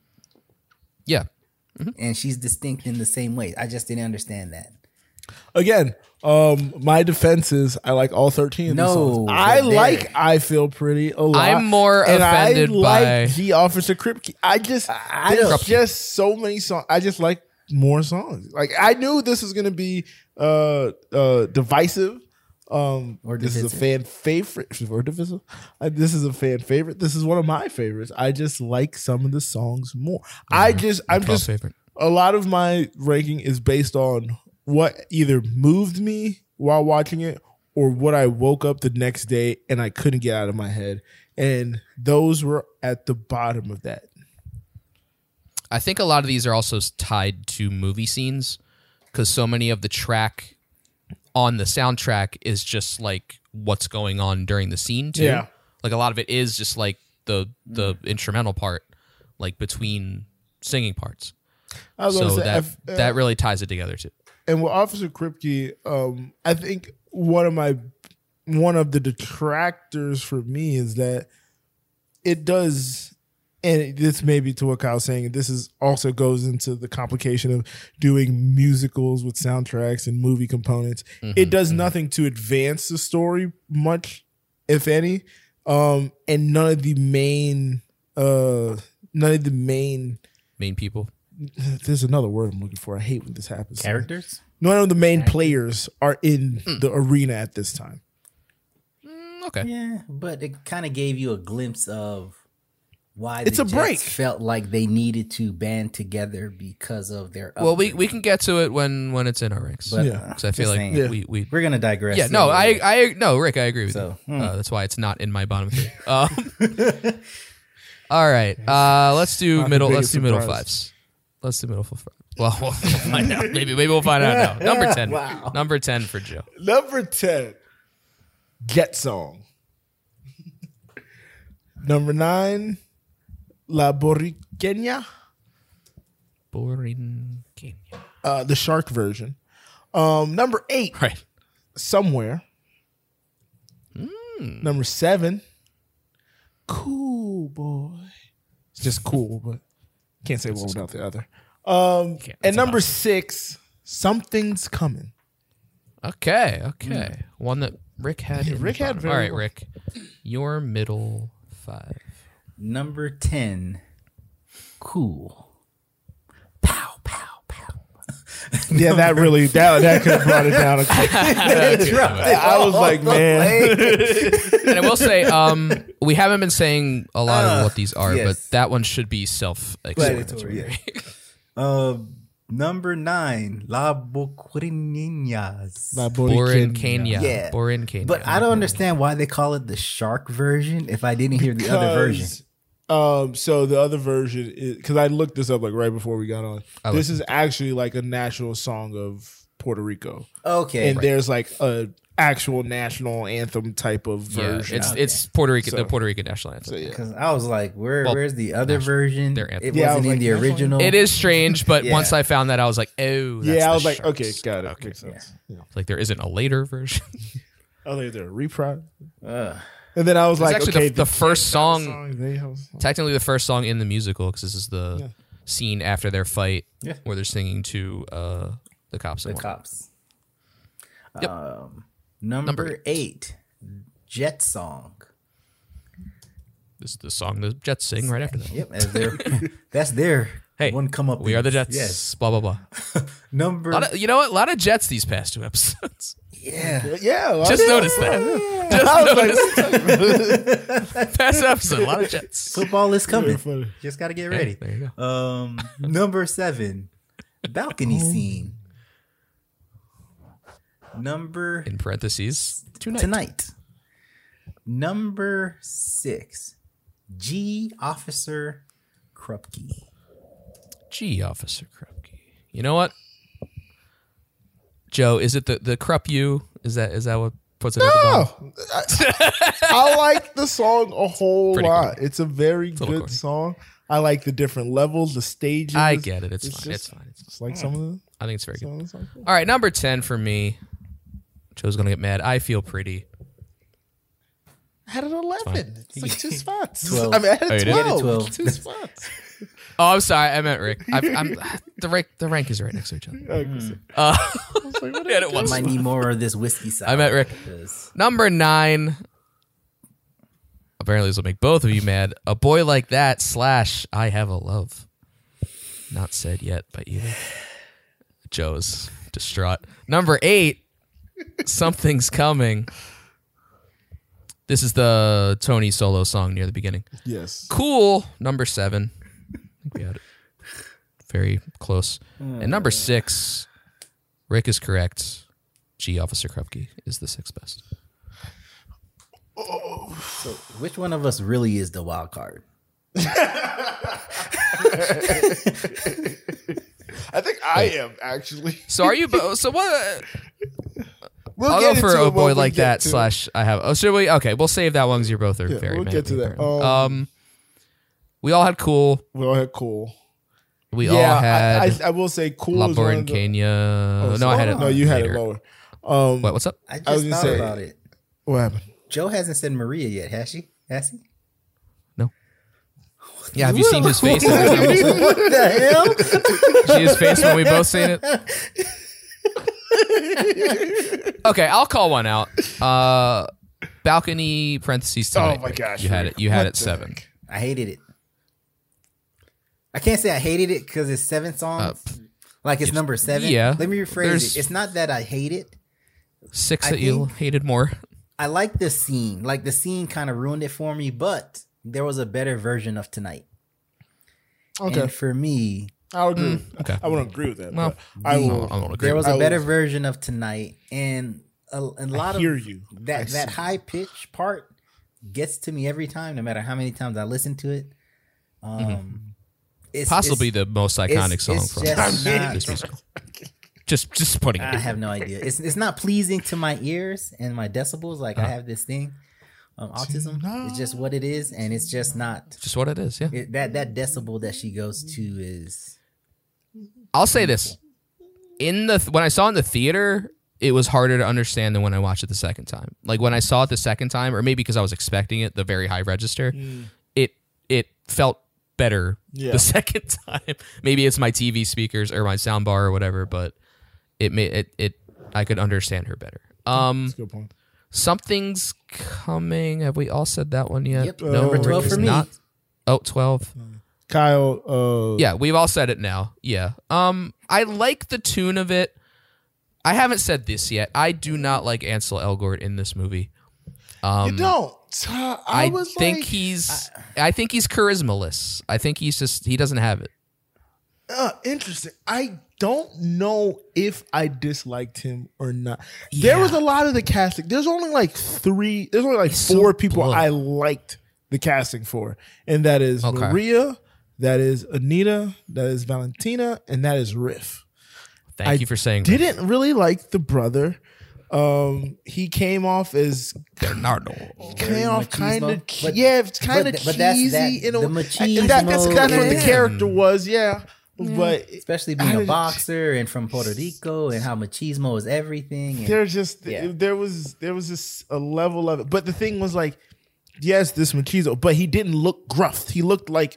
yeah.
and she's distinct in the same way. I just didn't understand that.
Again, um, my defense is I like all thirteen. Of
No,
these songs. I
they're there.
like I feel pretty a lot.
I'm more
and
offended
I like
by-
the Officer Kripke. I just I
don't-
there's just so many songs. I just like more songs. Like I knew this was gonna be uh uh divisive. Um,
Or
this is a
divisive.
fan favorite or divisive. Uh, this is a fan favorite. This is one of my favorites. I just like some of the songs more. I just I'm
Twelve
just
favorite.
a lot of my ranking is based on what either moved me while watching it or what I woke up the next day and I couldn't get out of my head. And those were at the bottom of that.
I think a lot of these are also s- tied to movie scenes because so many of the track on the soundtrack is just like what's going on during the scene too.
Yeah.
Like a lot of it is just like the the instrumental part, like between singing parts.
I was
So
gonna say,
that
I've- uh,
that really ties it together too.
and with Officer Kripke, um, I think one of my one of the detractors for me is that it does, and this may be to what Kyle's saying. This is also goes into the complication of doing musicals with soundtracks and movie components. it does nothing to advance the story much, if any, um, and none of the main, uh, none of the main.
Main people.
There's another word I'm looking for. I hate when this happens.
Characters. Mm.
None of the main players are in the arena at this time.
Mm, Okay.
Yeah, but it kind of gave you a glimpse of why
It's
the
a
Jets
break.
Felt like they needed to band together because of their.
Well, we,
upbringing.
we can get to it when when it's in our ranks.
But,
Yeah.
uh,
'Cause I feel
just
like
saying.
we, we
we're gonna digress.
yeah no I
anyway.
I no Rick I agree with
So,
you.
hmm.
Uh, that's why it's not in my bottom three. Um, all right, uh, let's do
the
middle. Let's
biggest
do middle
surprise.
fives. Let's do middle five. Well, we'll find out. Maybe maybe we'll find out now. Number ten. Number ten for Joe.
Number 10, Jet Song. Number nine, La Borriqueña,
Boring. Kenya.
uh, the shark version. Um, number eight,
Right.
Somewhere.
Hmm.
Number seven, Cool Boy. It's just cool, but can't say one without the other. Um,
Can't- that's
and number six, Something's Coming.
Okay. Okay. One that Rick had. in the
Hmm. Rick had
bottom.
very
All right,
well.
Rick. Your middle five.
number ten, cool. Pow pow pow.
Yeah, that really that that could have brought it down. A click. I was like, man,
and I will say, um, we haven't been saying a lot
Uh,
of what these are,
yes.
but that one should be self-explanatory.
Mandatory, yeah. Uh, number nine, La Boquirinas.
Borin Kenya.
Yeah.
Borin Kenya.
but I don't understand why they call it the shark version if I didn't hear the other version.
Um, so the other version, because I looked this up like right before we got on.
like
this is actually like a national song of Puerto Rico,
Okay,
and there's like a actual national anthem type of
Yeah,
version.
it's it's Puerto Rican,
So-
the Puerto Rican national anthem.
Because I was like, where
Well,
where's the other version?
their anthem.
It
Yeah, I
wasn't
was
in
like,
the
that's one.
original.
It is strange, but
Yeah.
once I found that, I was like, oh, that's
yeah, I
the
was like,
Sharks.
okay, got it. Makes sense. Yeah.
Like there isn't a later version.
Oh, they're they're reprise. and then I was like,
it's actually
okay,
the, the first song,
song Oh, they have.
technically the first song in the musical, because this is the scene after their fight
Yeah.
where they're singing to uh, the cops.
the
and whatnot.
cops.
Yep.
Um, number, eight, Jet Song.
This is the song the Jets sing right after that.
Yep, as their, that's their
Hey,
one come up.
We are the
is.
Jets.
Yes,
Blah blah blah.
number
Lot of- you know what? A lot of Jets these past two episodes.
yeah.
Yeah, well,
Just
yeah.
noticed that. Just noticed. past episode, a lot of Jets.
Football is coming.
funny.
Just gotta get ready.
There you go.
Um, number seven, balcony scene. Number
in parentheses tonight.
tonight. Number six, G Officer Krupke.
Gee, Officer Krupke. You know what? Joe, is it the the Krupp you? Is that is that what puts it at the bottom?
Oh, I, I like the song a whole
Pretty
lot. It's a very
a little
good
corny.
song. I like the different levels, the stages.
I get it. It's,
It's
fine.
just-
it's fine. It's fine.
It's like some of the
I think it's very good.
some of the songs.
All right, number 10 for me. Joe's going to get mad. I feel pretty.
I had an eleven. It's like two spots.
Twelve.
I mean, I had
Oh,
a
you did? You
had a
twelve.
twelve.
Two spots.
Oh, I'm sorry. I meant Rick. I've, I'm, the rank the rank is right next to each other. Uh, yeah, it was.
Might need more of this whiskey sour.
I'm at Rick.
because-
Number nine. Apparently, this will make both of you mad. A boy like that slash I have a love. Not said yet by either. Joe is distraught. Number eight. Something's coming. This is the Tony solo song near the beginning.
Yes.
Cool. Number seven. I think we had it. Very close. And number six, Rick is correct. G Officer Krupke is the sixth best.
Which one of us really is the wild card?
I think I am actually.
So are you? Bo- so what?
We'll
I'll
get
go for
into
a
it when
boy
we
like
get
that
to it.
slash I have. Oh, should we? Okay, we'll save that one because you're both are very.
we'll
mad
get
at
to
me,
that.
apparently.
Um,
Um, we all had cool.
Well, heck, cool.
We
yeah,
all had
I, I, I will say cool. is
Lumber
one
in
of the-
Kenya.
Oh,
no, I had it.
No, you had
later.
it lower. Um,
What? What's up?
I just
I was gonna
thought
say-
about it.
what happened?
Joe hasn't said Maria yet, has she? Has he?
Yeah, have you seen his face? Did
what the hell?
you see his face when we both seen it? Okay, I'll call one out. Uh, balcony parentheses. Tonight.
Oh my gosh,
You had
Rick,
it. You had
what
it
the
seven.
heck?
I hated it. I can't say I hated it because it's seven songs. like it's number seven.
yeah,
Let me rephrase
there's-
it. It's not that I hate it.
Six
I
that you
think-
hated more.
I like the scene. Like the scene kind of ruined it for me, but there was a better version of tonight.
Okay,
And for me,
I'll agree.
Mm. okay.
I wouldn't agree with that.
Well, mm, um,
but I
I
will.
don't, I don't agree.
there was
I
a
was-
better version of tonight, and a, and a lot
I hear
of
you.
that
I
that
see.
high pitch part gets to me every time, no matter how many times I listen to it. Um, it's,
possibly
it's-
the most iconic
it's-
song
it's
from this
just not-
musical. Just, just putting it.
I have no idea. It's it's not pleasing to my ears and my decibels. Like
Uh-huh.
I have this thing, um, autism. It's just what it is, and it's just not
just what it is. Yeah,
it, that that decibel that she goes to is
I'll say this: in the when I saw it in the theater, it was harder to understand than when I watched it the second time. Like when I saw it the second time, or maybe because I was expecting it, the very high register,
Mm.
it it felt better
Yeah.
the second time. maybe it's my TV speakers or my sound bar or whatever, but it made it it I could understand her better. Um,
Good point.
something's coming. Have we all said that one yet?
Yep.
No,
Number
Rick
12
is
for me.
Not. Oh, 12.
Mm. Kyle. Uh,
Yeah, we've all said it now. Yeah. Um, I like the tune of it. I haven't said this yet. I do not like Ansel Elgort in this movie. Um,
you don't. I,
I,
was
think
like,
he's. I, think he's charismaless. I think he's just. He doesn't have it.
uh, interesting. I don't know if I disliked him or not.
Yeah.
There was a lot of the casting. There's only like three. There's only like
so
four people
blunt.
I liked the casting for, and that is
Okay.
Maria, that is Anita, that is Valentina, and that is Riff.
Thank
I
you for saying. that.
Didn't really like the brother. Um, he came off as
Bernardo.
came off kind of
machismo. But-
yeah, it's kind of
but- but that's
cheesy
that-
in a
the
way. And that- that's
machismo
that's what the
is-
character was, yeah. But
especially
I
being a
didn't-
boxer and from Puerto Rico and how machismo is everything. and-
there's just
Yeah.
there was there was this a level of it. But the thing was like, yes, this machismo, but he didn't look gruff. He looked like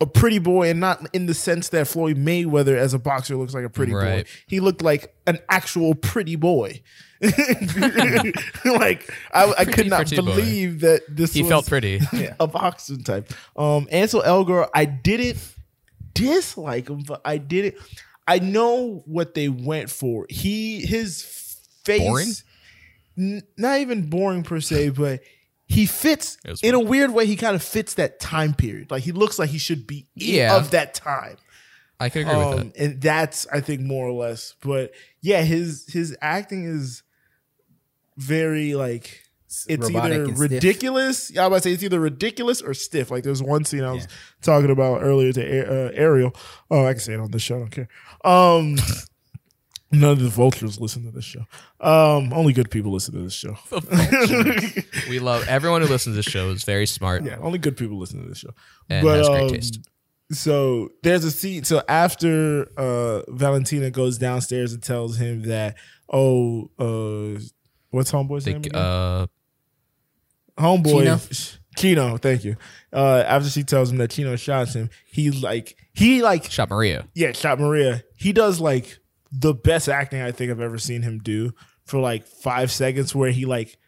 a pretty boy, and not in the sense that Floyd Mayweather as a boxer looks like a pretty
Right.
boy. He looked like an actual pretty boy. like I, I
Pretty,
could not
pretty boy.
believe that this
He
was
felt pretty.
a boxer type. Um, Ansel Elgort, I didn't dislike him, but I didn't. I know what they went for. He his face,
Boring?
n- not even boring per se, but he fits
It was
in a weird way. He kind of fits that time period. Like he looks like he should be
Yeah.
of that time.
I could agree with
Um, and that's I think more or less. But yeah, his his acting is very like it's
robotic
either
and stiff.
ridiculous. Yeah, I was about to say it's either ridiculous or stiff. Like there's one scene I was talking about earlier to A- uh, Ariel. Oh, I can say it on this show. I don't care. Um, none of the vultures listen to this show. Um, only good people listen to this show.
that. We love everyone who listens to this show is very smart
yeah, only good people listen to this show.
and
But,
has great
um,
taste.
so there's a scene. So after uh, Valentina goes downstairs and tells him that, oh, uh, what's homeboy's name?
Think,
again?
uh,
Homeboy Chino. Thank you. Uh, after she tells him that Chino shots him, he like he like
shot Maria.
yeah shot Maria. He does like the best acting I think I've ever seen him do for like five seconds, where he like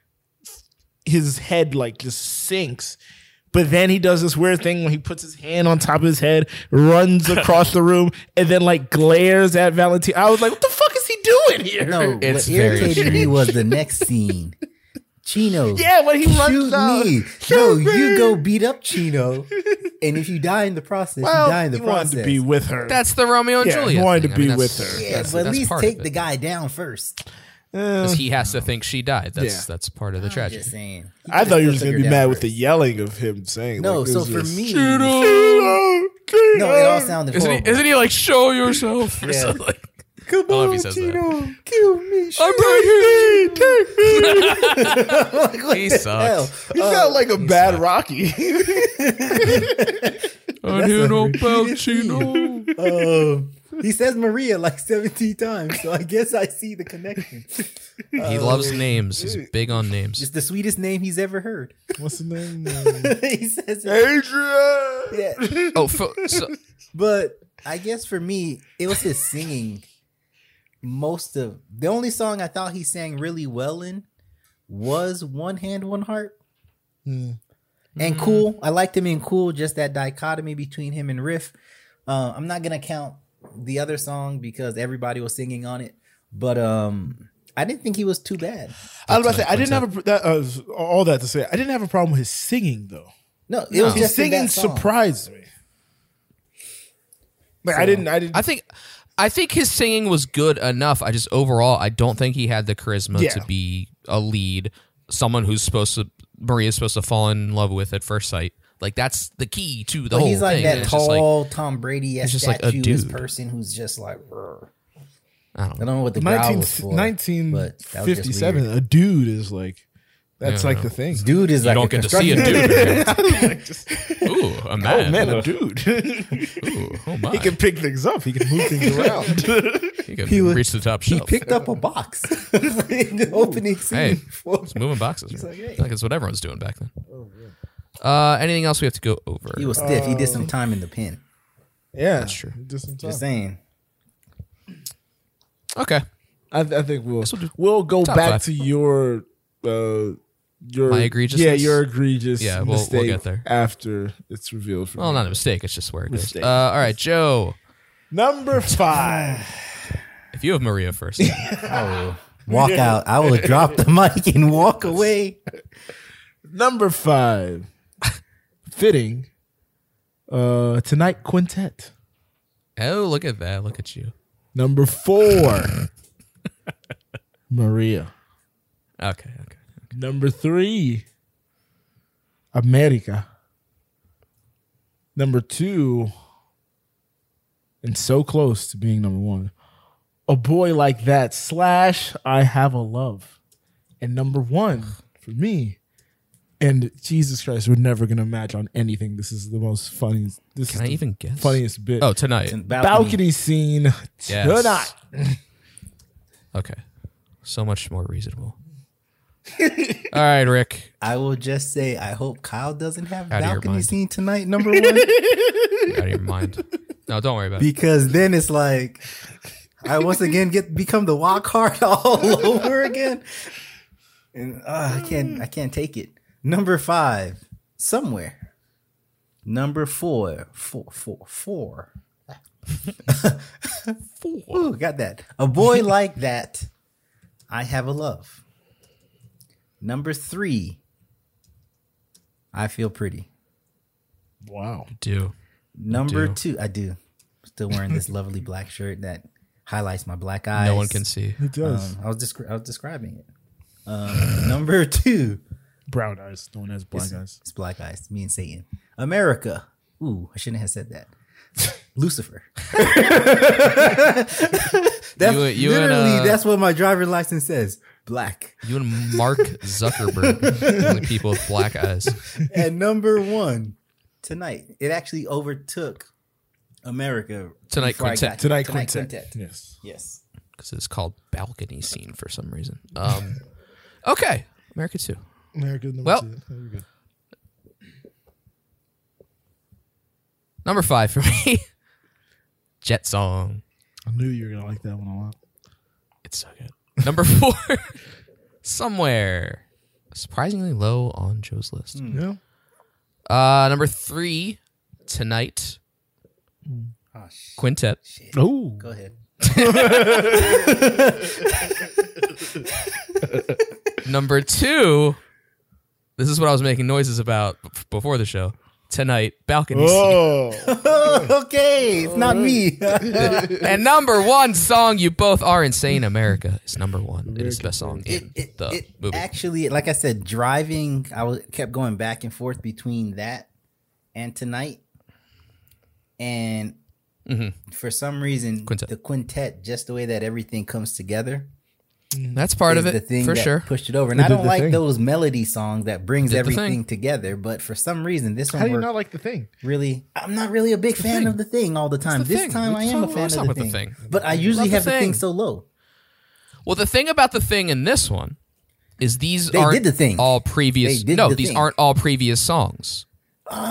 his head like just sinks. But then he does this weird thing when he puts his hand on top of his head, runs across the room, and then like glares at Valentina. I was like, "What the fuck is he doing here?"
No,
It's
what
very
irritated me
strange.
was the next scene. Chino.
Yeah, when he runs
shoot
out.
me.
Shoot
No,
me.
you go beat up Chino. And if you die in the process,
well,
you die in the
he wanted
process.
to be with her.
That's the Romeo and
Yeah,
Juliet.
wanted
thing.
to
I mean,
be with
that's-
her.
yeah,
that's-
but at
that's
least
part of
take the
it.
guy down first.
'Cause he has to think she died. That's
Yeah.
that's part of the
I'm
tragedy.
just saying. He
I thought you
could've
were just gonna
took
be
her
mad
down
with the
first.
yelling of him saying,
No,
like, it
so
was
for
just,
me-
Chino, Chino.
No, it all sounded
Isn't
horrible.
he, isn't he like show yourself? Or
Yeah.
something like,
Come
I love he says that.
kill me.
I'm right here. Take me. He
Hell,
sucks.
He sounded like a bad Rocky.
I hear no Belchino.
um, he says Maria like 17 times, so I guess I see the connection.
He loves names. He's big on names.
It's the sweetest name he's ever heard.
What's the name?
he says it.
Adrian.
Yeah.
Oh, fo- so,
But I guess for me, it was his singing. Most of the only song I thought he sang really well in was One Hand, One Heart. And Cool. I liked him in Cool, just that dichotomy between him and Riff. Uh, I'm not going to count the other song because everybody was singing on it. But um, I didn't think he was too bad.
I was about to say I
What's
didn't have a, that, uh, all that to say. I didn't have a problem with his singing though.
No, it was
His
just in
singing
that song.
surprised me. Like I didn't. I didn't.
I think, I think his singing was good enough. I just overall, I don't think he had the charisma
Yeah.
to be a lead, someone who's supposed to Maria's supposed to fall in love with at first sight. Like that's the key to the
But
whole
he's like
thing.
that
It's just like-
tall Tom Brady
It's
as
just like a
statuesque
dude.
person who's just like. "Rrr."
I don't
I don't know what the growl was for.
19,
but that was just
1957,
weird.
a dude is like, that's
Yeah,
like
I
the thing.
Dude is
You
like
don't
a
get to see a
construction-
dude. Ooh, a man.
Oh man, a dude.
Ooh, oh my.
he can pick things up. He can move things around.
He can
he was-
reach the top
He
shelf.
picked up a box in the opening scene.
Hey.
for-
It's moving boxes. man.
like, hey. Oh,
I feel like it's what everyone's doing back then. Uh, anything else we have to go over?
He was stiff. He did some time in the pen.
yeah, that's true. Just in time.
Just saying.
okay.
I, I think we'll
will do
we'll go
top
back
five.
to your uh your
My egregiousness?
Yeah, your egregious.
Yeah, we'll- we'll
mistake
get there.
after it's revealed. For
Well,
me.
not a mistake. It's just where it goes. Uh,
Mistake.
all right, Joe.
Number five.
If you have Maria first,
Walk out. I will drop the mic and walk away.
Number five. Fitting. Uh, tonight quintet.
oh look at that! Look at you.
Number four. Maria.
Okay, okay.
Number three, America. Number two, and so close to being number one, a boy like that slash I have a love, and number one for me. And Jesus Christ, we're never gonna match on anything. This is the most funniest. This
Can
is
I
the
even guess?
funniest bit.
Oh, tonight.
balcony scene
Yes.
tonight.
Okay, so much more reasonable. all right, Rick.
I will just say, I hope Kyle doesn't have
Outta your
balcony
mind.
scene tonight, number one,
You're out of your mind. No, don't worry about it.
because then it's like I once again get become the wild card all over again, and uh, I can't, I can't take it. Number five, somewhere. Number four, four, four, four. Ooh, got that. A boy like that, I have a love. Number three, I feel pretty.
Wow.
Do
Number
do.
two, I do. Still wearing this lovely black shirt that highlights my black eyes.
No one can see.
It does.
Um, I was descri- I was describing it. Um, number two,
Brown eyes, known as black eyes.
it's black eyes. Me and Satan. America. Ooh, I shouldn't have said that. Lucifer. that's
You- you and,
literally
uh,
that's what my driver's license says. Black.
You and Mark Zuckerberg, the only people with black eyes.
and number one tonight. It actually overtook America
Tonight
before I
Quintet.
got here.
Tonight,
Quintet.
quintet. Yes.
Yes.
because it's called balcony scene for some reason. Um, okay, America Two.
America number
Well-
two. There we go.
Number five for me, Jet Song.
I knew you were gonna like that one a lot.
It's so good. Number four, Somewhere. Surprisingly low on Joe's list.
Yeah.
Uh, number three, Tonight.
Oh, sh-
Quintet.
Oh.
go ahead.
Number two, this is what I was making noises about b- before the show. Tonight, balcony scene.
Oh.
okay, it's not me.
And number one song, you both are insane. America is number one. It is the best song in the movie.
Actually, like I said, driving, I was kept going back and forth between that and tonight, and for some reason,
Mm-hmm. Quintet.
the quintet, just the way that everything comes together,
That's part of
is the
it
thing
for
that
sure.
pushed it over. And I
did
don't
the
like
thing.
those melody songs that brings
Did the thing.
everything together, but for some reason, this
How
one
do you
worked
not like the thing?
really. I'm not really a big fan of the thing all the time.
the
this
thing.
time,
We
I am a
talked
fan
last
of
time
the
with the
thing.
thing.
but I usually
Love the
have the thing.
thing.
so low.
Well, the thing about the thing in this one is these
They
aren't
did the thing.
all previous.
They did
no,
the
these
thing. Ah.
aren't all previous songs.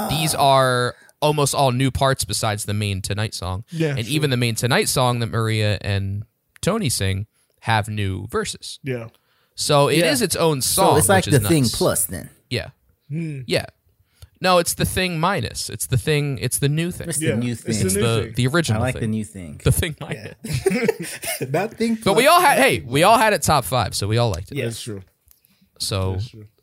these are almost all new parts besides the main Tonight song.
Yeah,
and
sure.
even the main Tonight song that Maria and Tony sing have new verses.
Yeah.
So it is its own song.
so it's like
which is
the thing
nuts.
plus then.
Yeah,
Hmm.
yeah. No, it's the thing minus. It's the thing. It's the new thing.
It's
Yeah.
the new
It's
thing.
the new
The
thing.
the
I
original.
like
thing.
the new thing.
The thing minus.
that thing.
But we all had. Hey, we all had it top five, so we all liked it.
That's true.
So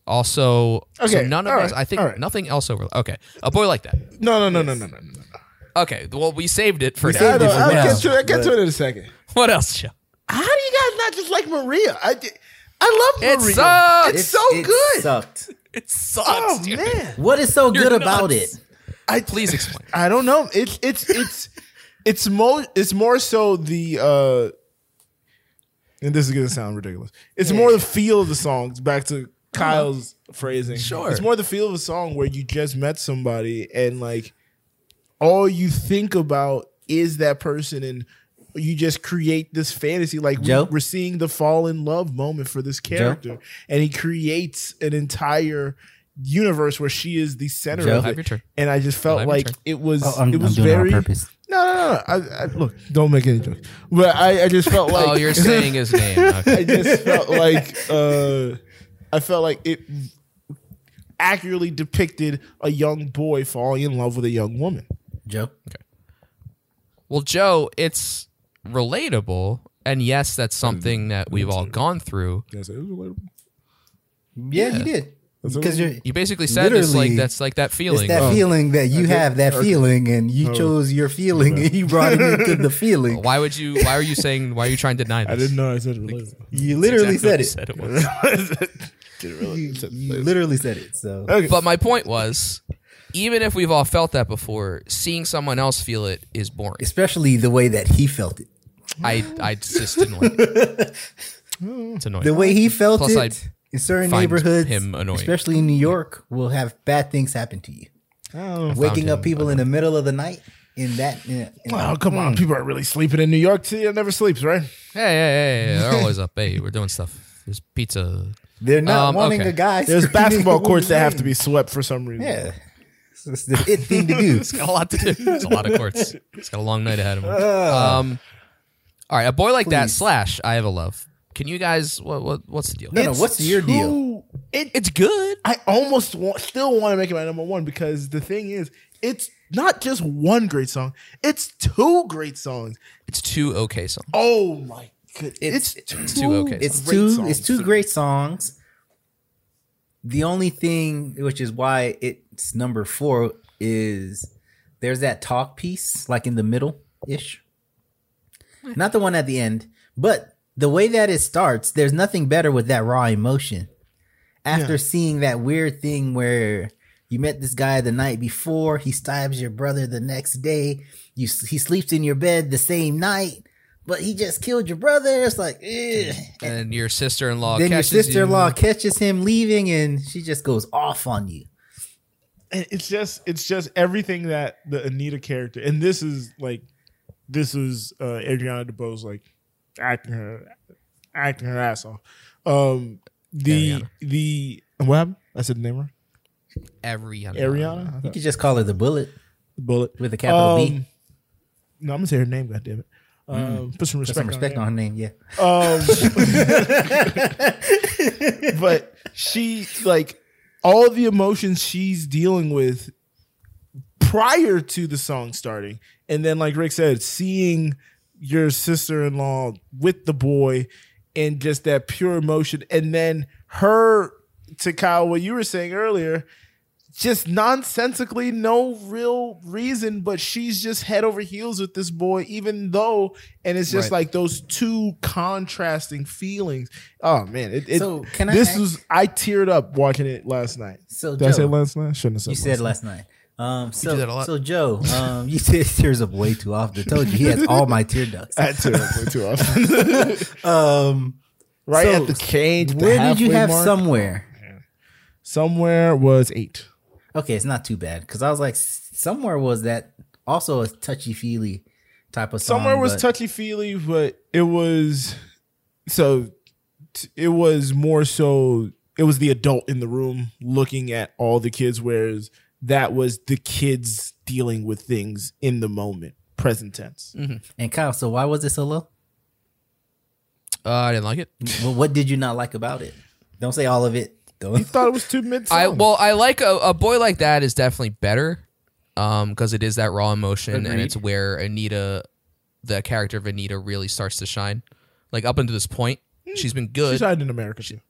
also, so
Okay,
none of
all
us.
right,
I think
all right.
nothing else over. Okay, a boy like that.
No, no, no, no, no, no, no, no.
Okay, well we saved it for now.
I don't,
for
I'll
now,
get to it. I'll get to it in a second.
What else, Joe?
How do you guys not just like Maria? I, di- I love
It
Maria.
sucks.
It's,
It's-
so
it
good.
Sucked.
It sucks,
Oh
dude.
man,
What is so
You're
good about
nuts.
it?
I
Please explain.
I don't know. It's it's it's it's more it's more so the uh and this is gonna sound ridiculous. It's more the feel of the songs. Back to Kyle's phrasing.
Sure.
it's more the feel of a song where you just met somebody and like all you think about is that person and. You just create this fantasy, like we,
Joe?
we're seeing the fall in love moment for this character, and he creates an entire universe where she is the center
Joe?
of
I
it
have your turn.
and I just felt
I'm
like
trying-
it was
Oh, I'm-
it was
I'm doing it on
very
purpose.
no no no. I, I, look, don't make any jokes. But I, I just felt like
oh, you're saying his name. Okay.
I just felt like uh, I felt like it accurately depicted a young boy falling in love with a young woman.
Joe.
Well, Joe, it's relatable, and yes, that's something that we've all gone through.
Can I say it was relatable?
Yeah, you did. Because you're.
You basically said it's
Literally,
like that's like that
It's
feeling.
that feeling that you have that feeling, and you chose your feeling, and you brought it into the feeling.
why would you? Why are you saying? Why are you trying to deny this?
I didn't know I said relatable.
You literally said it.
Said it was.
You, you literally said it. So
But my point was, even if we've all felt that before, seeing someone else feel it is boring.
especially the way that he felt it,
I I just didn't like it. It's annoying.
the way he felt
Plus,
it
I
in certain
find
neighborhoods,
him annoying.
especially in New York, will have bad things happen to you.
Oh.
Waking up people in the middle of the night in that. In, in-
Oh come
Hmm.
on, people are really sleeping in New York City. It never sleeps, right?
hey, hey, hey, hey, they're always up. Hey, we're doing stuff. There's pizza.
They're not
Um,
wanting
okay.
a guy.
There's
screaming
basketball
over
courts
the
that have
name.
to be swept for some reason.
Yeah. So It's the it thing to do.
Got a lot to do. It's a lot of courts. It's got a long night ahead of him. Um, all right, a boy like that slash I have a love. Can you guys? What, what what's the deal?
No, no, what's your deal?
Ooh, it,
It's good.
I almost wa- still want to make it my number one because the thing is, it's not just one great song; it's two great songs.
It's two okay songs.
Oh my good! It's, two,
two okay
It's
great
two
songs.
it's two great songs. The only thing which is why it's number 4 is there's that talk piece like in the middle ish. Not the one at the end, but the way that it starts, there's nothing better with that raw emotion. After seeing that weird thing where you met this guy the night before, he stabs your brother the next day, you s- he sleeps in your bed the same night, but he just killed your brother. It's like, ugh.
and your sister-in-law
then your
catches
sister-in-law
you.
catches him leaving, and she just goes off on you.
And it's just it's just everything that the Anita character and this is like this is uh Adriana DeBose like acting her acting her ass off. Um the
Ariana.
the what happened? I said the name wrong.
Ariana.
Ariana? Uh, I
You
thought-
could just call her the bullet
Bullet.
with a capital B.
Um, No, I'm gonna say her name, goddammit. Um, put some
Put
respect,
some respect
on.
on her name, yeah.
Um, but she like all the emotions she's dealing with prior to the song starting, and then like Rick said, seeing your sister in law with the boy, and just that pure emotion, and then her to Kyle, what you were saying earlier. Just nonsensically, no real reason, but she's just head over heels with this boy, even though, and it's just
Right.
like those two contrasting feelings. Oh man, it, it,
So, can I
this
ask-
was I teared up watching it last night.
So,
Did I say
Joe-
last night? Shouldn't have said.
You said last night. Um, so,
that a lot.
so Joe, um, you said tears up way too often. told you he has all my tear ducts.
I teared up way too often.
Um,
right
So,
at the cage.
where did you have
some?
somewhere?
Somewhere was eight.
Okay, it's not too bad because I was like, s- somewhere was that also a touchy feely type of song,
Somewhere was
Um, but-
touchy feely, but it was so. t- It was more so. It was the adult in the room looking at all the kids, whereas that was the kids dealing with things in the moment, present tense.
Mm-hmm. And Kyle, so why was it so low?
Uh, I didn't like it.
well, what did you not like about it? Don't say all of it. Don't.
Thought it was too mid.
I well, I like a, a boy like that is definitely better, um, because it is that raw emotion and it's where Anita, the character of Anita, really starts to shine. Like up until this point,
Hmm.
she's been good.
died in America. too.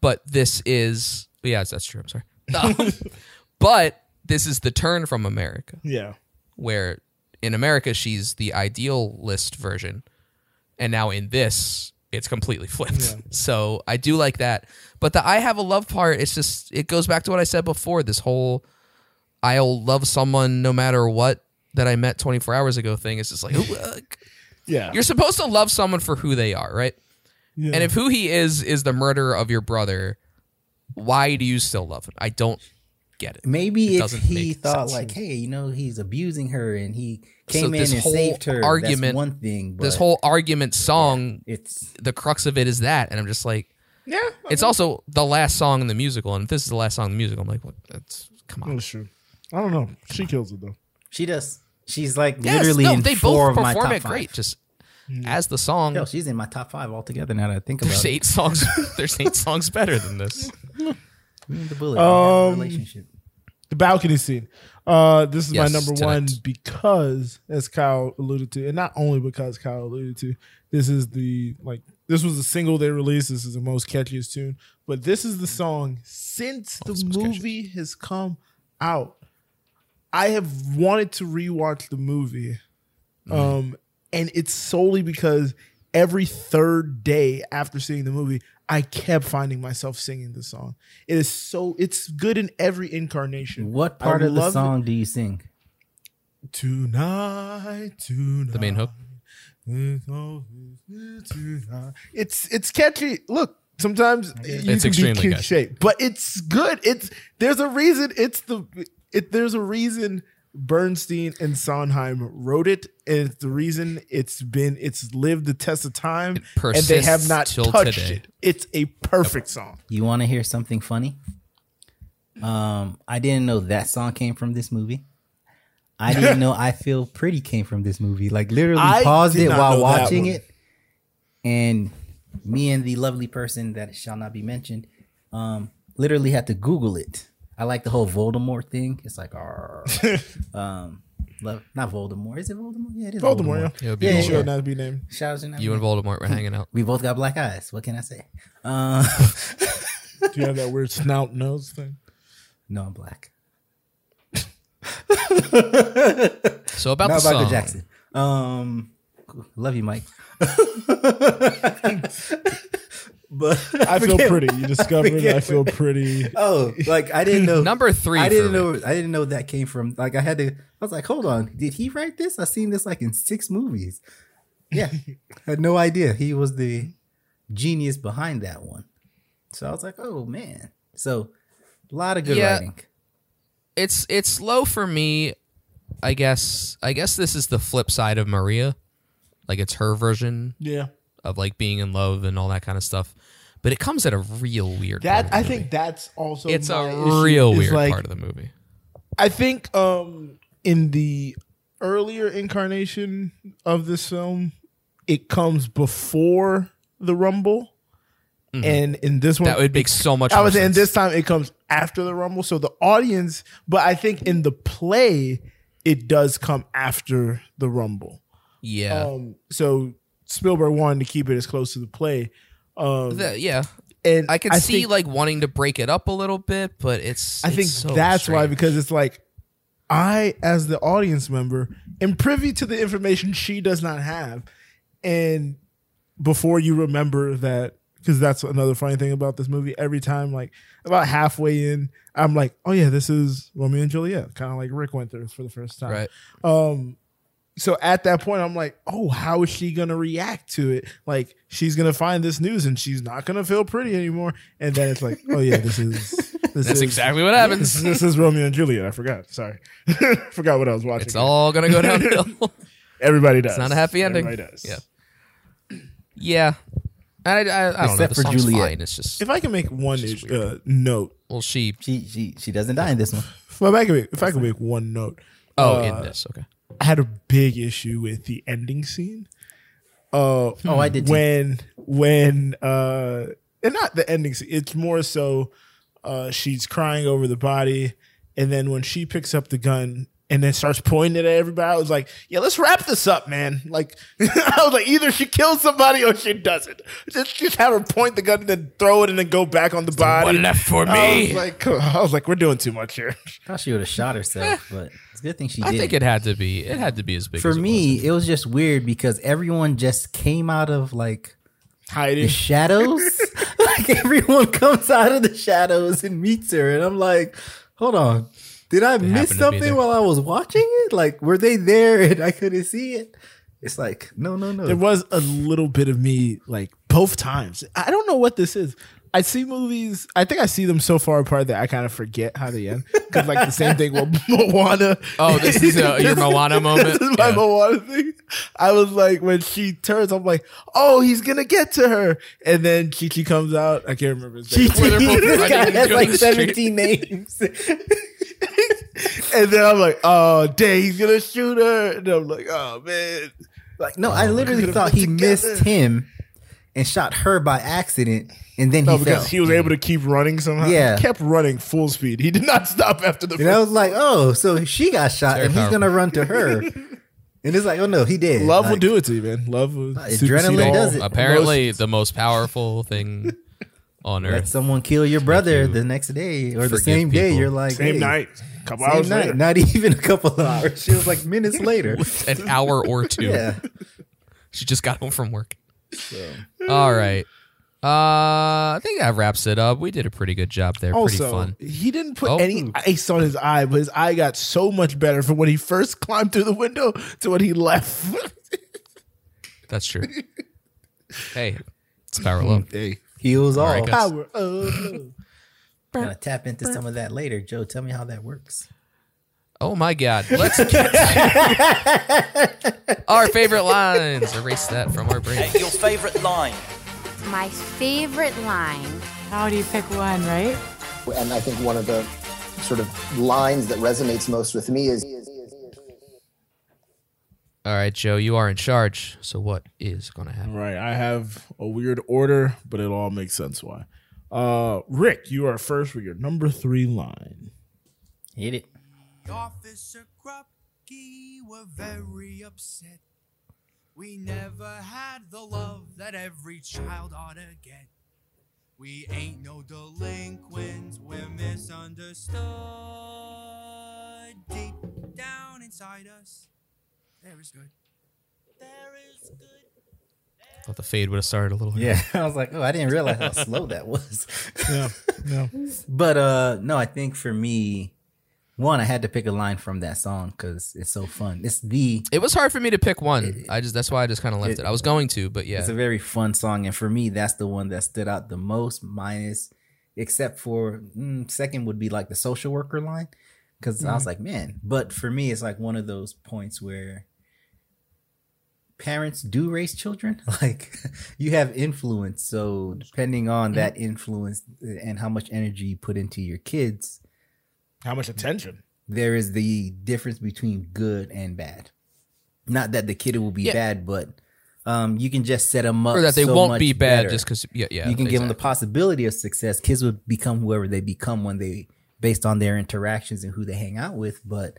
but this is yeah that's true i'm sorry Um, but this is the turn from america
Yeah.
where in america she's the idealist version and now in this it's completely flipped so i do like that but the i have a love part it's just it goes back to what i said before this whole i'll love someone no matter what that i met 24 hours ago thing It's just like "Ooh, uh,
Yeah.
you're supposed to love someone for who they are, right? And if who he is is the murderer of your brother, why do you still love him? I don't get it.
Maybe if
doesn't
he
make
thought
sense.
like, hey, you know, he's abusing her, and he
So
came in and
this whole
saved her.
argument-
that's one thing. But
This whole argument song,
it's
the crux of it is that, and I'm just like,
Yeah.
it's also the last song in the musical, and if this is the last song in the musical, I'm like, what? That's come on.
That's true. I don't know. She kills it though.
She does. She's like
Yes,
literally
no,
in
they
four
both
of my top
perform it
five.
great. Just as the song,
Yo, she's in my top five altogether now that I think about
there's
it.
eight songs. there's eight songs better than this.
Mm, The bullet I have a
Um,
relationship.
The balcony scene. Uh, this is
Yes,
my number
tonight.
one because, as Kyle alluded to, and not only because Kyle alluded to, this is the like this was the single they released. This is the most catchiest tune, but this is the song since the movie has come out. I have wanted to rewatch the movie,
Mm-hmm.
um, and it's solely because every third day after seeing the movie, I kept finding myself singing the song. It is so it's good in every incarnation.
What
I
part of the
love it.
song do you sing?
Tonight, tonight.
The main hook.
It's it's catchy. Look, sometimes you
It's
can be
extremely
kid
catchy.
shape, but it's good. It's there's a reason. It's the it. There's a reason Bernstein and Sondheim wrote it, and it's the reason it's been it's lived the test of time, and they have
persists
not
till
touched
today.
it. It's a perfect song.
You want to hear something funny? Um, I didn't know that song came from this movie. I didn't know I Feel Pretty came from this movie. Like literally
I
paused
did
it
not
while
know that
watching
one.
it. And me and the lovely person that shall not be mentioned, um, literally had to Google it. I like the whole Voldemort thing. It's like, "Arr." um, love, not Voldemort. Is it Voldemort? Yeah, it is Voldemort.
Voldemort.
It would be
Yeah,
Voldemort.
should not be named.
Shout out to
You and Voldemort were hanging out.
we both got black eyes. What can I say? Uh,
Do you have that weird snout nose thing?
no, I'm black.
So about
Not
the
Michael
song,
Jackson. Um, love you, Mike. but
I feel
forget-
pretty. You discovered I feel pretty.
Oh, like I didn't know
Number three
I didn't
for
know. I didn't know that came from. Like I had to. I was like, hold on. Did he write this? I've seen this like in six movies. Yeah, had no idea he was the genius behind that one. So I was like, oh man. So a lot of good
Yeah.
writing.
It's it's low for me. I guess I guess this is the flip side of Maria. Like it's her version
Yeah.
of like being in love and all that kind of stuff. But it comes at a real weird part of
That
the
I
movie.
think that's also
it's a
my issue,
real
is,
weird
like,
part of the movie.
I think um in the earlier incarnation of this film, it comes before the rumble. And in this one
Mm-hmm. That would make so much
I
more
was saying
sense.
this time it comes after the rumble. So the audience, but I think in the play, it does come after the rumble.
yeah.
Um so Spielberg wanted to keep it as close to the play. Um
The- yeah.
and
I can see
think-
like wanting to break it up a little bit, but it's.
I
it's
think
so
that's why
strange.
because it's like I, as the audience member, am privy to the information she does not have, and before you remember that, because that's another funny thing about this movie. Every time, like about halfway in, I'm like, oh yeah, this is Romeo and Juliet, kind of like Rick went through for the first time,
right.
um, so at that point, I'm like, oh, how is she gonna react to it? Like, she's gonna find this news and she's not gonna feel pretty anymore. And then it's like, oh yeah, this is this
That's
is,
exactly what happens.
This, this is Romeo and Juliet. I forgot. Sorry, forgot what I was watching.
It's all gonna go downhill.
Everybody does.
it's not a happy ending.
Everybody does.
Yeah. Yeah. And I, I, I don't know.
Except
The
for
song's
Juliet.
fine. It's just
If I can make one uh, note,
well, she.
She she she doesn't die in this one.
if I can make, if I can make one note,
Oh, in this. Okay.
I had a big issue with the ending scene. Uh,
Oh, I did. too.
when when uh and not the ending scene, it's more so uh she's crying over the body and then when she picks up the gun and then starts pointing it at everybody i was like yeah let's wrap this up man like i was like either she kills somebody or she doesn't just just have her point the gun and then throw it and then go back on the body
left for
I was like, I was like, we're doing too much here.
thought she would have shot herself, but it's a good thing she
I
did.
think it had to be. It had to be as big
For
as it was.
me, it was just weird because everyone just came out of like the
Hiding.
shadows. like everyone comes out of the shadows and meets her, and I'm like, hold on, did I
happened
miss
to be
something
there.
while I was watching it? Like, were they there and I couldn't see it? It's like, no, no, no.
there was a little bit of me like both times. I don't know what this is. I see movies. I think I see them so far apart that I kind of forget how they end. Because like the same thing with Moana.
Oh, this is uh, your Moana moment.
This is my
Yeah.
Moana thing. I was like, when she turns, I'm like, oh, he's gonna get to her, and then Chi Chi comes out. I can't remember his name.
Where they're both
this
running
guy
and
has
doing
like
the street.
17 names.
and then I'm like, oh, dang, he's gonna shoot her, and I'm like, oh man.
Like, no, I literally
Oh, could've
thought
put
he
together.
missed him and shot her by accident, and then he
No,
fell.
because he was able to keep running somehow.
Yeah.
he kept running full speed. He did not stop after the.
And I was like, oh, so she got shot,
Very
and he's
powerful.
gonna run to her. and it's like, oh no, he did.
Love
like,
will do it to you, man. Love will supersede
adrenaline
all.
does it.
Apparently, the most powerful thing on
Let
earth.
someone kill your brother
you.
the next day or the
Forgive
same day.
people.
You're like
Same
hey,
night, couple
same
hours
night,
later.
not even a couple of hours. She was like minutes later.
An hour or two.
yeah,
She just got home from work. All right. Uh, I think that wraps it up. We did a pretty good job there. pretty
Also,
fun.
he didn't put
Oh.
any ice on his eye, but his eye got so much better from when he first climbed through the window to when he left.
That's true. hey, it's power
Oh,
low.
heals all.
right, guys.
Power of
I'm gonna tap into some of that later, Joe. Tell me how that works.
Oh my God. Let's get to our favorite lines. Erase that from our brain.
Your favorite line?
My favorite line.
How do you pick one, right?
And I think one of the sort of lines that resonates most with me is
All right, Joe, you are in charge. So what is going to happen?
Right. I have a weird order, but it all makes sense why. Uh, Rick, you are first with your number three line.
Hit it.
Officer Krupke were very upset. We never had the love that every child ought to get. We ain't no delinquents, we're misunderstood. Deep down inside us, there is good.
thought the fade would have started a little. early.
Yeah, I was like, oh, I didn't realize how slow that was.
Yeah, yeah.
But uh, no, I think for me, one, I had to pick a line from that song because it's so fun. It's the
It was hard for me to pick one. I just that's why I just kind of left it,
it-
I was going to, but yeah,
it's a very fun song, and for me, that's the one that stood out the most. Minus, except for mm, second would be like the social worker line, because I was like, man. But for me, it's like one of those points where parents do raise children like you have influence so depending on that influence eh, and how much energy you put into your kids
How much attention?
there is the difference between good and bad. Not that the kid will be
Yeah.
bad, but um, you can just set them up
or that they
so
won't
much
be bad
better.
just because. Yeah, yeah.
you can give them the
exactly.
possibility of success. Kids would become whoever they become when they based on their interactions and who they hang out with. But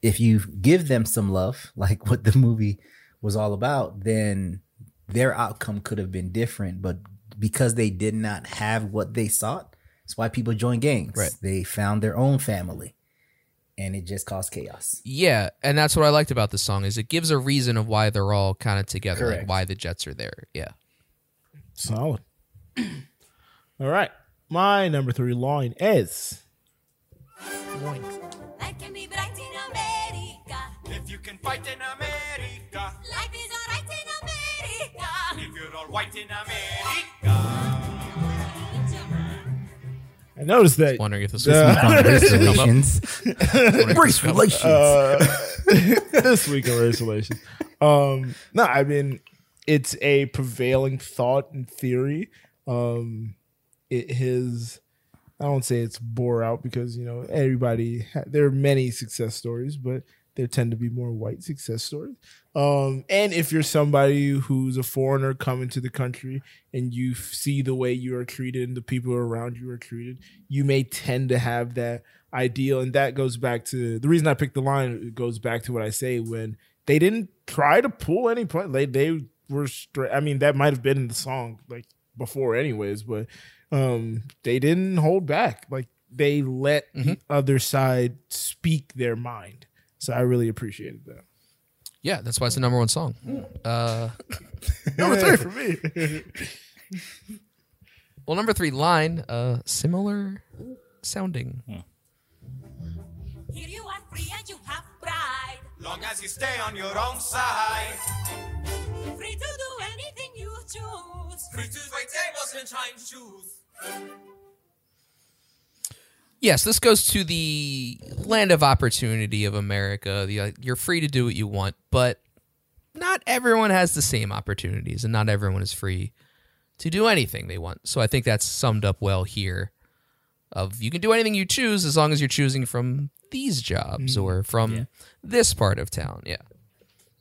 if you give them some love, like what the movie was all about, then their outcome could have been different. But because they did not have what they sought, that's why people join gangs.
Right.
They found their own family, and it just caused chaos.
Yeah, and that's what I liked about this song is it gives a reason of why they're all kind of together, like
Correct.
why the Jets are there. Yeah.
Solid. All right. My number three line is
Life can be bright in America. If you can fight in America. Life is alright in America. If you're all white in America.
I noticed that
Wondering if this was
Yeah.
Relations. Race relations.
Uh, this week in race relations. Um, no, I mean it's a prevailing thought and theory. Um, it has I don't say it's bore out because you know everybody. ha- There are many success stories, but there tend to be more white success stories. Um, and if you're somebody who's a foreigner coming to the country and you f- see the way you are treated and the people around you are treated, you may tend to have that ideal. And that goes back to the reason I picked the line. It goes back to what I say when they didn't try to pull any point. They they were straight. I mean, that might have been in the song like before, anyways. But um, they didn't hold back. Like they let the other side speak their mind. So I really appreciated that.
Yeah, that's why it's the number one song. Uh,
Number three for me.
well, number three line, uh, similar sounding.
Here you are free and you have pride.
Long as you stay on your own side.
Free to do anything you choose.
Free to wait tables and time shoes.
Yes, this goes to the land of opportunity of America. The, uh, you're free to do what you want, but not everyone has the same opportunities, and not everyone is free to do anything they want. So I think that's summed up well here. Of you can do anything you choose as long as you're choosing from these jobs or from this part of town. Yeah,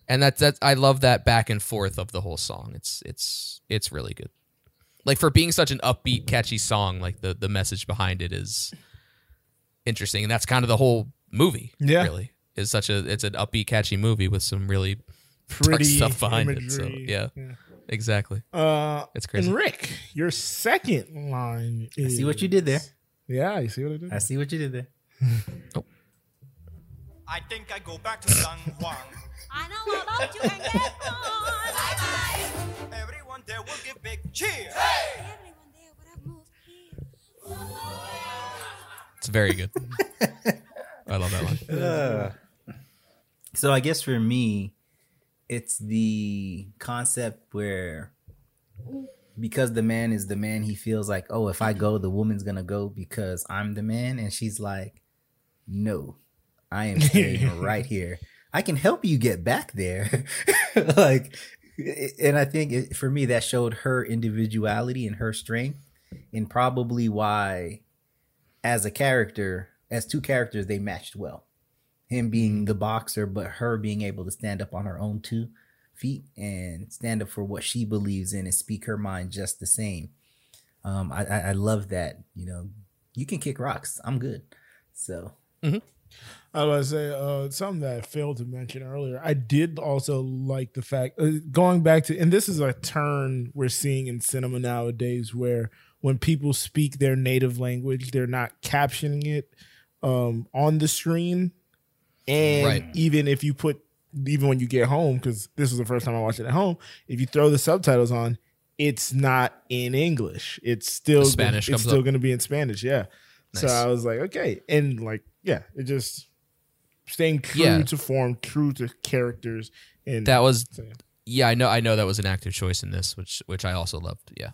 and that that I love that back and forth of the whole song. It's it's it's really good. Like for being such an upbeat, catchy song, like the the message behind it is interesting, and that's kind of the whole movie.
Yeah.
really is such a it's an upbeat, catchy movie with some really
Pretty
pretty stuff behind it. So
imagery.
yeah, exactly.
Uh,
It's crazy.
and Rick, your second line.
I
Is,
see what you did there.
Yeah, you see what I did.
I see what you did there.
I think I go back to San Juan.
I know all about you and get on. Bye bye.
Everyone there will give big cheer.
Everyone there would have moved here.
It's very good. I love that one.
So I guess for me, it's the concept where because the man is the man, he feels like, oh, if I go, the woman's gonna go because I'm the man, and she's like, no, I am staying right here. I can help you get back there, like, and I think it, for me that showed her individuality and her strength, and probably why, as a character, as two characters, they matched well him being the boxer, but her being able to stand up on her own two feet and stand up for what she believes in and speak her mind just the same. Um, I, I, I love that. You know, you can kick rocks. I'm good. So
I was gonna say uh, something that I failed to mention earlier. I did also like the fact uh, going back to, and this is a turn we're seeing in cinema nowadays, where when people speak their native language, they're not captioning it um, on the screen, and
Right.
even if you put
even when you get home, because this was the first time I watched it at home, if you throw the subtitles on, it's not in English. It's still
The Spanish
It's
comes
still
up.
going to be in Spanish. Yeah. So
Nice.
I was like, okay, and like, yeah, it just staying true
Yeah.
to form, true to characters, and
That was yeah, I know I know that was an active choice in this, which which I also loved. Yeah.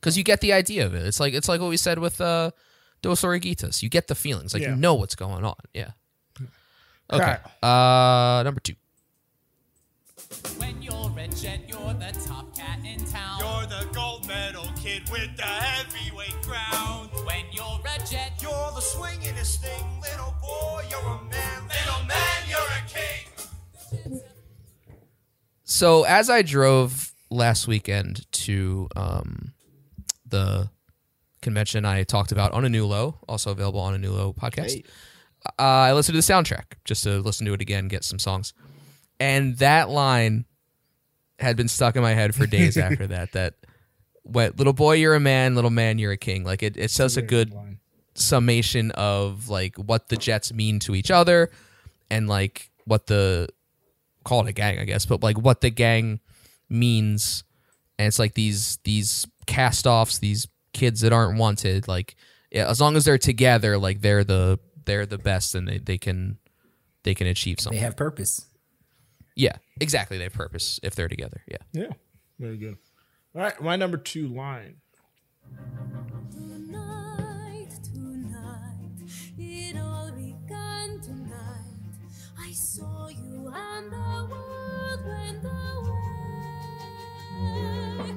Cuz you get the idea of it. It's like it's like what we said with uh Dos Oreguitas. You get the feelings. Like
Yeah.
you know what's going on. Yeah. Okay.
Alright.
Uh number 2.
When you're rich and you're the top cat in town. You're the gold medal kid with the heavyweight crown. When you're rich and you're the swingin'est thing. Little boy, you're a man. Little man, you're a king.
So as I drove last weekend to um, the convention, I talked about on Anulo, also available on Anulo podcast. Uh, I listened to the soundtrack just to listen to it again, get some songs, and that line had been stuck in my head for days after that. That what little boy, you're a man. Little man, you're a king. Like it, it's just a good summation of like what the Jets mean to each other, and like what the call it a gang, I guess, but like what the gang means, and it's like these these cast offs, these kids that aren't wanted. Like yeah, as long as they're together, like they're the they're the best, and they, they can they can achieve
They
something.
have purpose.
yeah, exactly. They have purpose if they're together. Yeah.
Yeah. Very good. All right, my number two line.
Tonight, tonight, it all began tonight. I saw you and the world went away.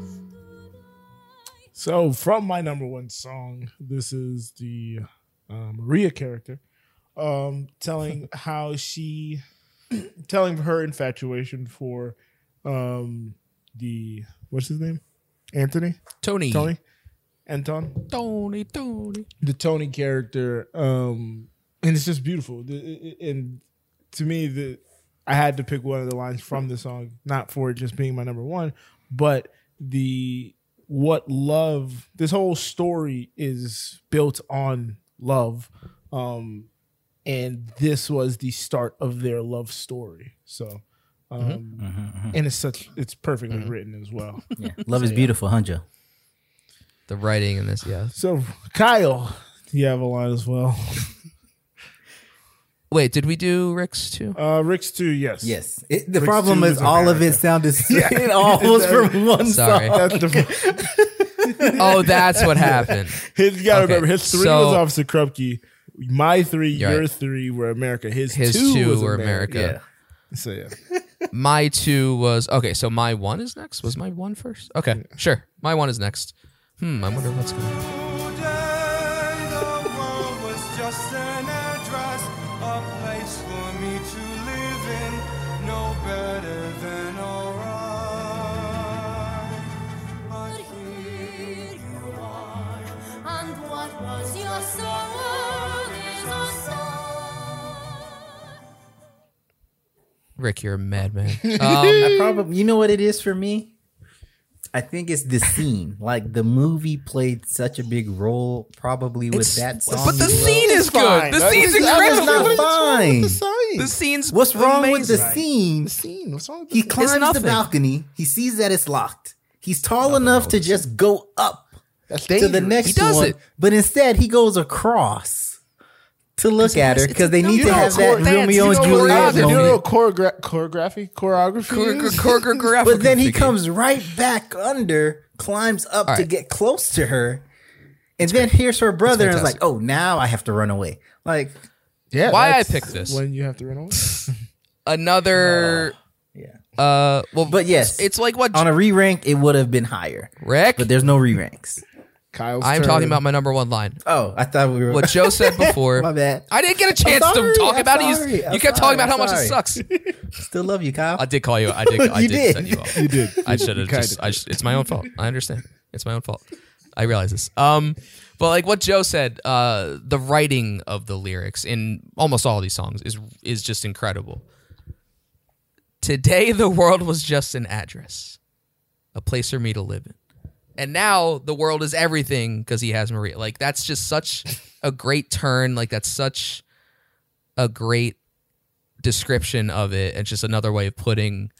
So from my number one song, this is the uh, Maria character um, telling how she telling her infatuation for um, the what's his name, Anthony,
Tony,
Tony, Anton,
Tony, Tony.
the Tony character, um, and it's just beautiful. The- it- it- And to me, the I had to pick one of the lines from the song, not for it just being my number one, but the what love. This whole story is built on love, um, and this was the start of their love story. So. Um, And it's such it's perfectly written as well.
Love is
So, Mm-hmm. yeah.
beautiful, huh, Joe?
The writing in this, yeah.
So Kyle, you have a line as well.
Wait, did we do Rick's too?
Uh, Rick's too. Yes.
Yes. It, the
Rick's
problem
Two
is all of it
America.
sounded.
Yeah.
it all was from one
Sorry.
song.
That's the,
oh, that's what happened.
his, you gotta
Okay,
remember his three
so-
was Officer Krupke. My three,
You're
your
right.
three were America. His,
His
two,
two
was
were
America.
America.
Yeah. So yeah,
my two was okay. So my one is next. Was my one first? Okay, sure. My one is next. Hmm. I wonder what's going. on.
Today the world was just an address, a place for me to live in, no better than alright. But here you are.
And what was your soul is a song.
Rick, you're a madman.
I
Um,
probably, you know what it is for me. I think it's the scene. Like the movie played such a big role, probably with
It's-
that song.
but the
as well.
scene is good. The
That
scene's
was- that was not
incredible.
fine.
The scene's
What's wrong with the
amazing.
scene?
scene. What's wrong with
He climbs the
nothing.
balcony. He sees that it's locked. He's tall enough to just go up
That's
to the next
He does
one,
it.
but instead he goes across to look at her
it's a
because they need to
dumb
have
little
that
dance.
Romeo
You
and
know
Juliet
choreography.
You know
moment.
what choreogra- choreography, choreography,
Chore-
is?
chore- choreographical
But then he
thinking.
comes right back under, climbs up to
right.
get close to her, and then hears her brother and is like,
fantastic.
"Oh, now I have to run away." Like,
Yeah,
Why I
that's
picked this?
When you have to run away.
Another.
yeah.
Uh. Well,
But yes,
it's like what
on a re rank it would have been higher,
Rick.
but there's no re ranks.
Kyle's.
I'm
turn.
talking about my number one line.
Oh, I thought we were.
What Joe said before.
My bad.
I didn't get a chance
sorry,
to talk
I'm
about it. You-
sorry,
You,
I'm
kept talking
sorry,
about
I'm
how much
sorry.
it sucks.
Still love you, Kyle.
I did call you. I did. I
You
did,
did.
set you off.
You did.
I should have
kinda
just. I sh- it's my own fault. I understand. It's my own fault. I realize this. Um, but like what Joe said, uh, the writing of the lyrics in almost all these songs is is just incredible. Today the world was just an address, a place for me to live in, and now the world is everything because he has Maria. Like that's just such a great turn. Like that's such a great description of it. It's just another way of putting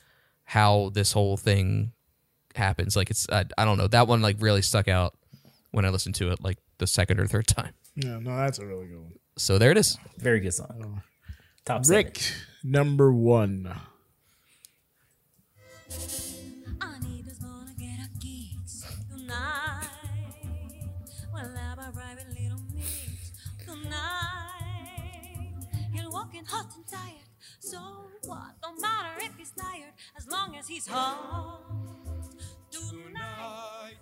how this whole thing happens. Like it's I, I don't know that one like really stuck out when I listened to it like the second or third time.
Yeah, no, that's a really good one.
So there it is.
Very good song. Top
Rick
seven.
number one.
Anita's gonna get her geeks tonight. We'll have a private little meet tonight. He'll walk in hot and tired. So what? Don't matter if he's tired, as long as he's home tonight.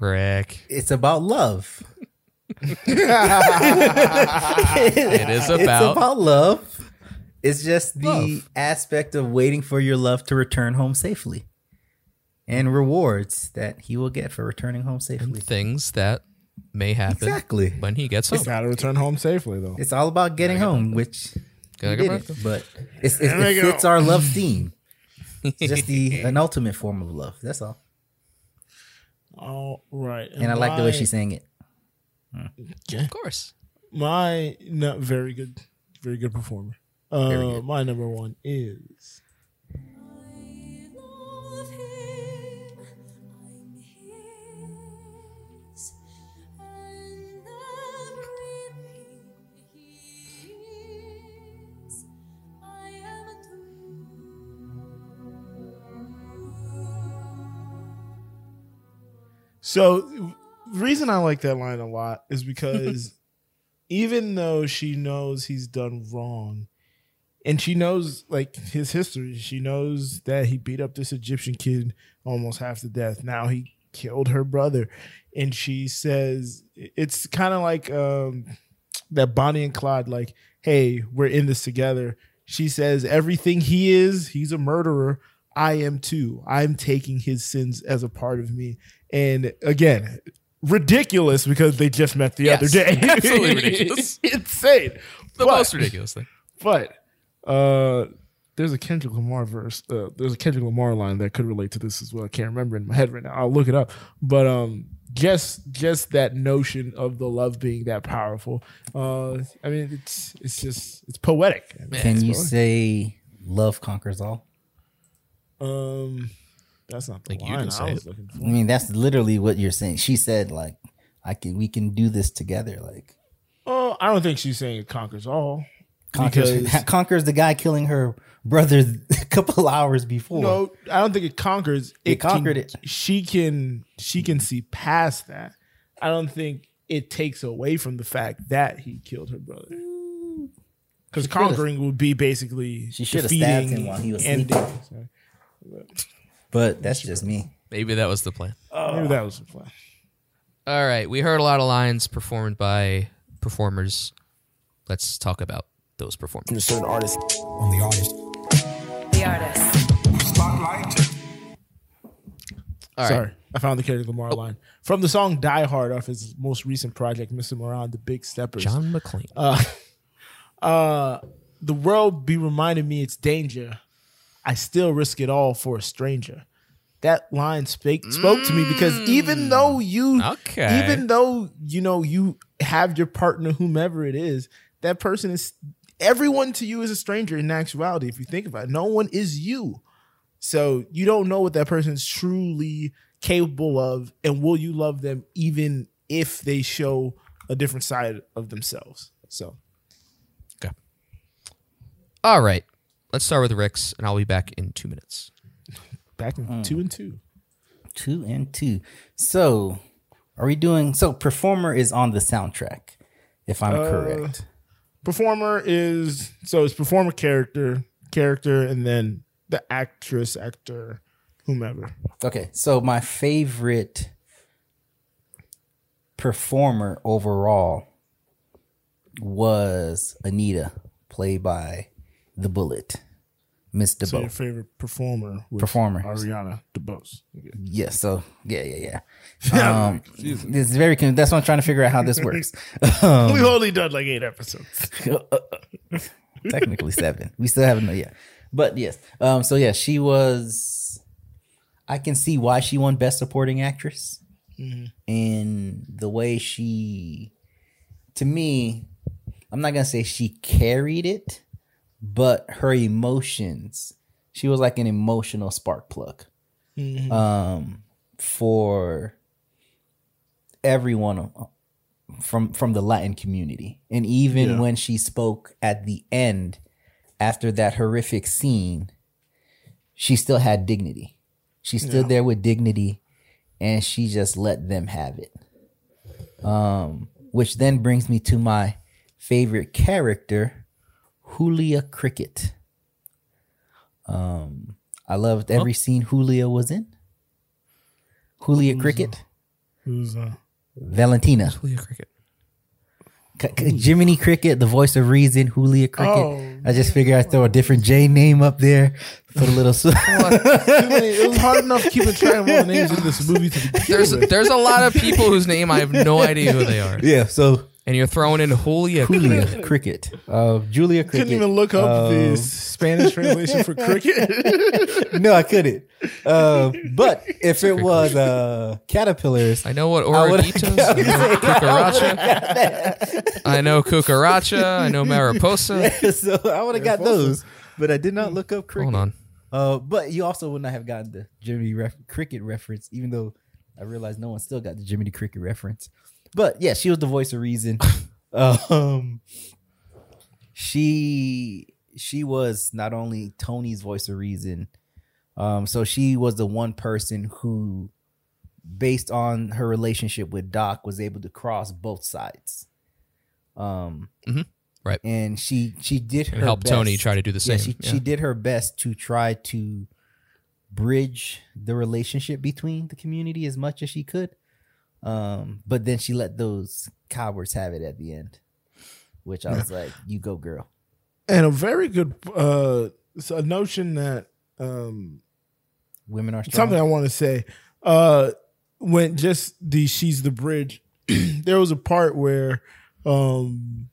Rick.
It's about love.
It is about-
it's about love. It's just the aspect of waiting for your love to return home safely, and rewards that he will get for returning home safely.
Things that may happen
Exactly.
when he gets home.
It's
Gotta return home safely though.
It's all about getting home, which
Gotta get
he did
back
it,
home.
but it's, it's,
Gotta make
it
it
fits
home.
our love theme. It's just the an ultimate form of love. That's all.
All right.
And I like the way
my-
she sang it.
Of course.
My no, very good, very good performer. Uh,
Very good.
My number one is So the reason I like that line a lot is because even though she knows he's done wrong and she knows like his history, she knows that he beat up this Egyptian kid almost half to death. Now he killed her brother and she says it's kind of like um that Bonnie and Clyde like, "Hey, we're in this together." She says everything he is, he's a murderer. I am too. I'm taking his sins as a part of me. And again, ridiculous because they just met the
Yes,
other day.
absolutely ridiculous.
Insane.
The
But-
most ridiculous thing.
But uh there's a Kendrick Lamar verse. Uh, there's a Kendrick Lamar line that could relate to this as well. I can't remember in my head right now. I'll look it up. But um, just just that notion of the love being that powerful. Uh, I mean, it's it's just it's poetic.
Can you say love conquers all?
Um, that's not the
Like, you
line
didn't say
I was
it.
looking
I
for.
mean, that's literally what you're saying. She said, like, I can we can do this together. Like
Oh, I don't think she's saying it conquers all.
conquers
Because-
conquers the guy killing her brother a couple hours before.
No, I don't think it conquers.
It conquered
can- She can she can see past that. I don't think it takes away from the fact that he killed her brother. Because
She should've-
conquering would be basically
She should've stabbed
defeating
him while he was
and-
sleeping. But that's just me.
Maybe that was the plan.
Oh.
Maybe that was the plan.
All right, we heard a lot of lines performed by performers. Let's talk about those performers.
certain artist on the artist.
The artist.
All right.
Sorry, I found the Kendrick Lamar
Oh.
line from the song "Die Hard" off his most recent project, "Mr. Moran: The Big Steppers."
John McClane.
Uh, uh, the world be reminding me it's danger. I still risk it all for a stranger. That line spake, spoke to me because even though you,
Okay.
even though you know you have your partner, whomever it is, that person is everyone to you is a stranger in actuality. If you think about it, no one is you. So you don't know what that person's truly capable of, and will you love them even if they show a different side of themselves? So
All right, let's start with Rick's, and I'll be back in two minutes.
back
Hmm.
in two and two.
Two and two. So are we doing so performer is on the soundtrack, if I'm
Uh,
correct.
Performer is so it's performer character, character, and then the actress, actor, whomever.
Okay, so my favorite performer overall was Anita, played by the Bullet, Miss
So
DeBose.
your favorite performer was
Performer.
Ariana DeBose. Okay.
yeah, so yeah, yeah,
Yeah,
yeah. Um, it's very. con- That's why I'm trying to figure out how this works. Um,
We've only done like eight episodes.
technically seven. We still haven't yeah. But yes. Um so yeah, she was I can see why she won Best Supporting Actress.
Mhm.
And the way she to me, I'm not gonna say she carried it, but her emotions. She was like an emotional spark plug
Mhm.
um, for everyone from from the Latin community. And even
Yeah.
when she spoke at the end, after that horrific scene, she still had dignity. She stood
Yeah.
there with dignity, and she just let them have it. Um, which then brings me to my favorite character, Julia Cricket. Um, I loved every
Oh.
scene Julia was in. Julia Cricket,
Who's uh,
Valentina,
Julia Cricket,
C- C- Jiminy Cricket, the voice of reason, Julia Cricket.
Oh.
I just figured I'd throw a different J name up there, put a little. s-
Too many- it was hard enough keeping track of all the names in this movie. To begin
There's
with.
there's a lot of people whose name I have no idea who they are.
yeah, so
And you're throwing in Julia.
Julia Cricket, uh, Julia Cricket.
couldn't even look up
um,
the Spanish translation for cricket.
no, I couldn't. Uh, but if it was uh, caterpillars,
I know what
I would've-
Oregitas, I know Cucaracha. I know Cucaracha. I know Mariposa.
so I would have got those, but I did not look up cricket.
Hold on.
Uh, but you also would not have gotten the Jiminy ref- Cricket reference, even though I realized no one still got the Jiminy Cricket reference. But yeah, she was the voice of reason. um, she she was not only Tony's voice of reason, um, so she was the one person who, based on her relationship with Doc, was able to cross both sides. Um,
Mhm. Right.
and she she did her
And help Tony
best-
try to do the
yeah,
same.
she,
Yeah.
she did her best to try to bridge the relationship between the community as much as she could. Um, but then she let those cowards have it at the end, which I was like, "You go, girl."
and a very good uh, it's a notion that um,
Women are strong.
something I want to say. Uh, when just the she's the bridge, there was a part where, um,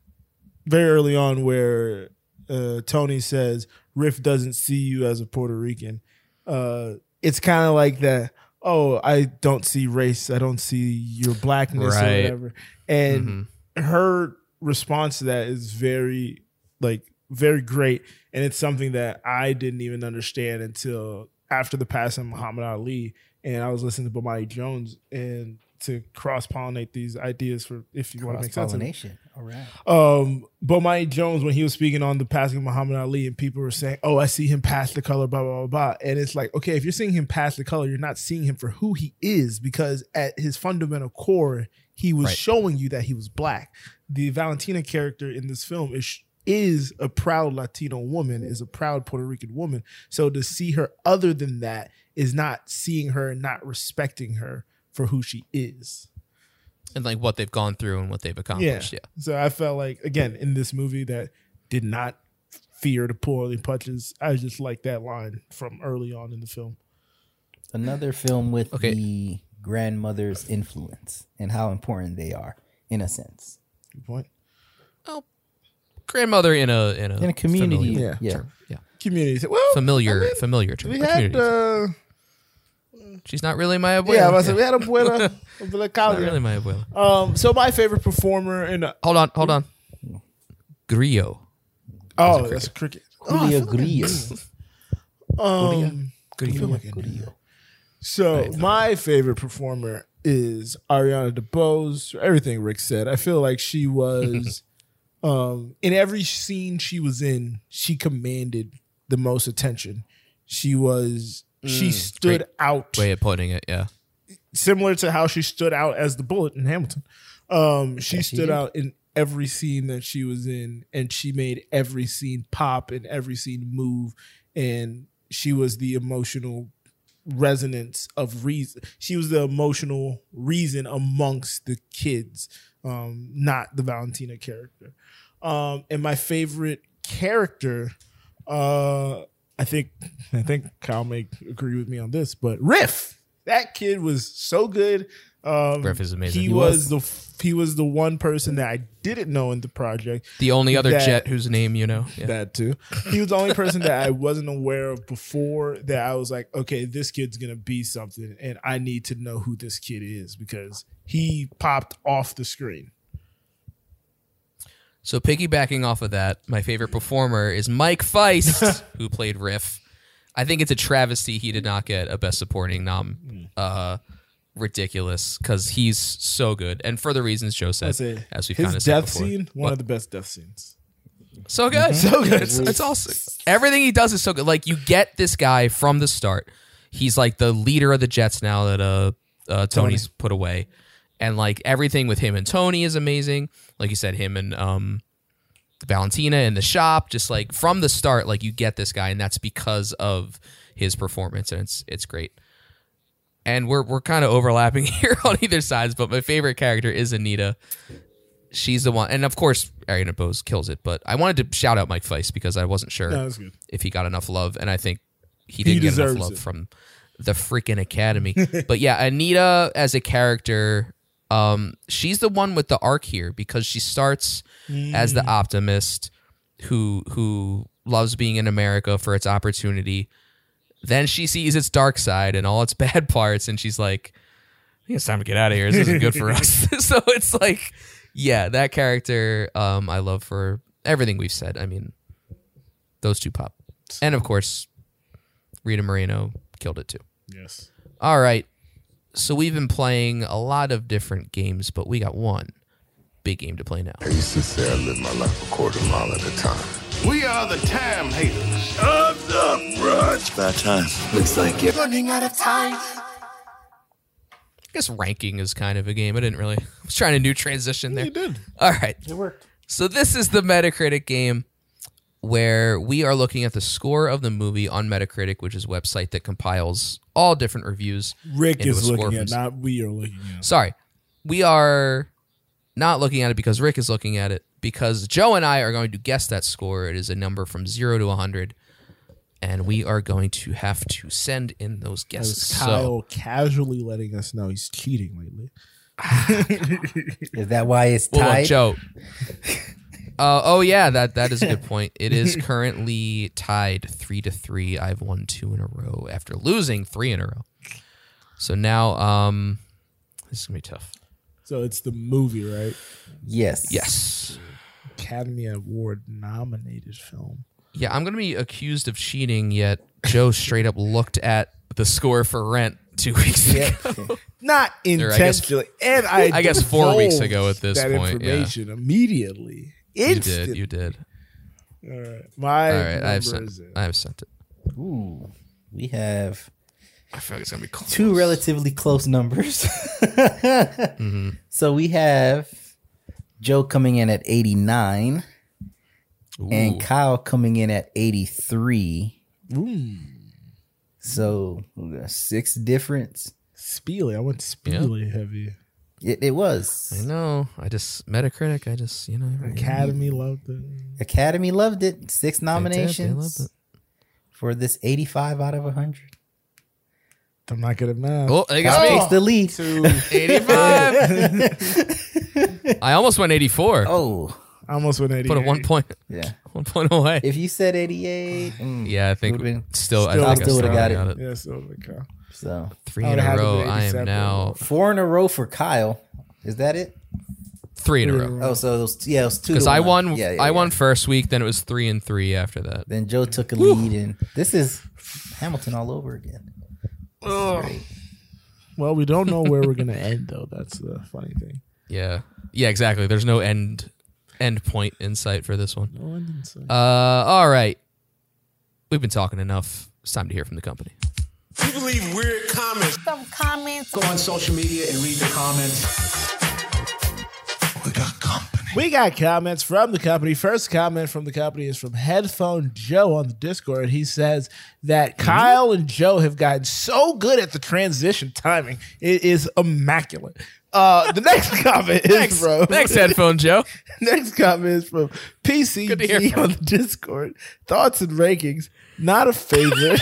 very early on, where uh, Tony says Riff doesn't see you as a Puerto Rican. Uh, it's kind of like that. Oh, I don't see race. I don't see your blackness or
Right. Mm-hmm.
whatever. And her response to that is very like very great and it's something that i didn't even understand until after the passing of muhammad ali and i was listening to bomani jones and to cross-pollinate these ideas for if you want to make sense of it
Cross-pollination. All right.
um bomani jones when he was speaking on the passing of muhammad ali and people were saying oh i see him pass the color blah blah blah, blah and it's like okay if you're seeing him pass the color you're not seeing him for who he is because at his fundamental core he was
Right.
showing you that he was black. The Valentina character in this film is is a proud Latino woman, is a proud Puerto Rican woman. So to see her other than that is not seeing her and not respecting her for who she is.
And like what they've gone through and what they've
Yeah.
accomplished. Yeah.
So I felt like again in this movie that did not fear to pull any punches. I just like that line from early on in the film.
Another film with
Okay.
the grandmother's influence and how important they are, in a sense,
Good point.
Grandmother in a in a,
in a community.
familiar
Yeah, yeah.
term. Yeah.
Community. Well,
Familiar
I mean,
familiar term.
we
A
had
community term.
uh,
She's not really my abuela.
yeah, I was like, we had a buena, a buena
not
calle.
really my abuela.
Um, so my favorite performer in uh, a,
Hold on, hold on. Grillo.
oh, that's cricket. Oh, I
Julio
feel like I
Grillo.
do. Um, I feel
Grillo.
like I do. So my favorite performer is Ariana DeBose. Everything Rick said, I feel like she was, um, in every scene she was in, she commanded the most attention. She was, she stood
great
out.
Way of putting it, yeah.
similar to how she stood out as the bullet in Hamilton. Um, she
Yeah, she
stood
did.
out in every scene that she was in, and she made every scene pop and every scene move. And she was the emotional resonance of reason. She was the emotional reason amongst the kids, um, not the Valentina character. Um, and my favorite character, uh, I think, I think Kyle may agree with me on this, but Riff. That kid was so good. Um,
Riff is amazing.
He,
He
was, the f- he was the one person that I didn't know in the project
The only other
That-
jet whose name you know. Yeah.
that too. He was the only person that I wasn't aware of before that I was like, okay, this kid's gonna be something, and I need to know who this kid is because he popped off the screen.
So piggybacking off of that, my favorite performer is Mike Feist, who played Riff. I think it's a travesty he did not get a Best Supporting
Hmm.
nom. Uh, ridiculous because he's so good, and for the reasons Joe said,
That's it.
as we
His
kind of
death
said before.
scene, one
What?
of the best death scenes.
So good.
Mhm. So good.
It's, it's awesome. Everything he does is so good. Like you get this guy from the start. He's like the leader of the Jets now that uh, uh Tony's put away. And like everything with him and Tony is amazing. Like you said, him and um Valentina in the shop, just like from the start, like you get this guy, and that's because of his performance, and it's it's great. And we're we're kind of overlapping here on either sides, but my favorite character is Anita. She's the one, and of course, Ariana Bose kills it. But I wanted to shout out Mike Feist because I wasn't sure
No, that's good.
if he got enough love, and I think
He
he did get enough
deserves
love
it.
from the freaking academy. but yeah, Anita as a character, um, she's the one with the arc here because she starts as
Mm.
the optimist who who loves being in America for its opportunity. Then she sees its dark side and all its bad parts, and she's like, I think it's time to get out of here. This isn't good for us. so it's like, yeah, that character um, I love for everything we've said. I mean, those two pop. And of course, Rita Moreno killed it too.
Yes.
All right. So we've been playing a lot of different games, but we got one big game to play now.
I used to say I lived my life a quarter mile at a time.
We are the time haters of the brunch.
It's about time. Looks like
You're running out of time.
I guess ranking is kind of a game. I didn't really. I was trying a new transition there.
You did.
All right.
It worked.
So this is the Metacritic game where we are looking at the score of the movie on Metacritic, which is a website that compiles all different reviews.
Rick
into a
is
score
looking
from
at, not we are looking at.
Sorry. We are not looking at it because Rick is looking at it because Joe and I are going to guess that score. It is a number from 0 to 100 and we are going to have to send in those guesses.
As
So,
Kyle casually letting us know he's cheating lately.
Is that why it's
Well, well,
tied?
Joe. Uh, oh yeah, that that is a good point. It is currently tied 3 to 3. I've won 2 in a row after losing 3 in a row. So now um this is going to be tough.
So it's the movie, right?
Yes.
Yes.
Academy Award nominated film.
Yeah, I'm gonna be accused of cheating. Yet Joe straight up looked at the score for Rent two weeks ago. Or
Not
I guess-
intentionally. and I
I guess four weeks
divulged
ago at this
that
point, yeah.
information immediately.
you
Instant.
did. You did.
All right. My
All right, I've sent.
number is it.
I've sent it.
Ooh, we have
I feel like it's gonna be close.
two relatively close numbers.
Mm-hmm.
So we have Joe coming in at 89
Ooh.
and Kyle coming in at 83. So six difference.
Speely. I went Speely heavy.
It, it was.
I know. I just Metacritic. I just you know.
Academy
Mm.
loved it.
Academy loved it. Six nominations
loved
for this 85 out of 100.
I'm not good at math.
Oh, I
Kyle
guess
takes the lead.
me. Eighty-five. I almost went eighty-four.
Oh,
I almost went 80.
Put a one point.
yeah.
One point away.
If you said 88, mm,
Yeah, I think
would've been-
still. I
still-
think I
still
still
would've got
got it.
it.
Yes, oh my God.
so
Three
I
in
would've
a
had to
row.
be
I am
87.
now
four in a row for Kyle. Is that it?
three in a row.
Oh, so it was, yeah, it was two.
Because
to
I
one.
won.
Yeah, yeah,
I
yeah.
won first week. Then it was three and three after that.
Then Joe took a lead, and this is Hamilton all over again. This is great.
Well, we don't know where we're going to end, though. That's the funny thing.
Yeah. Yeah, exactly. There's no end end point insight for this one.
No, I didn't say.
Uh all right. We've been talking enough. It's time to hear from the company.
People leave weird comments.
Some comments.
Go on social media and read the comments.
We got comments from the company. First comment from the company is from Headphone Joe on the Discord. He says that Kyle and Joe have gotten so good at the transition timing. It is immaculate. Uh, the next comment is
Thanks,
from
Thanks, headphone Joe.
next comment is from
Good to hear
PCG
from
on the Discord. Thoughts and rankings. Not a favorite.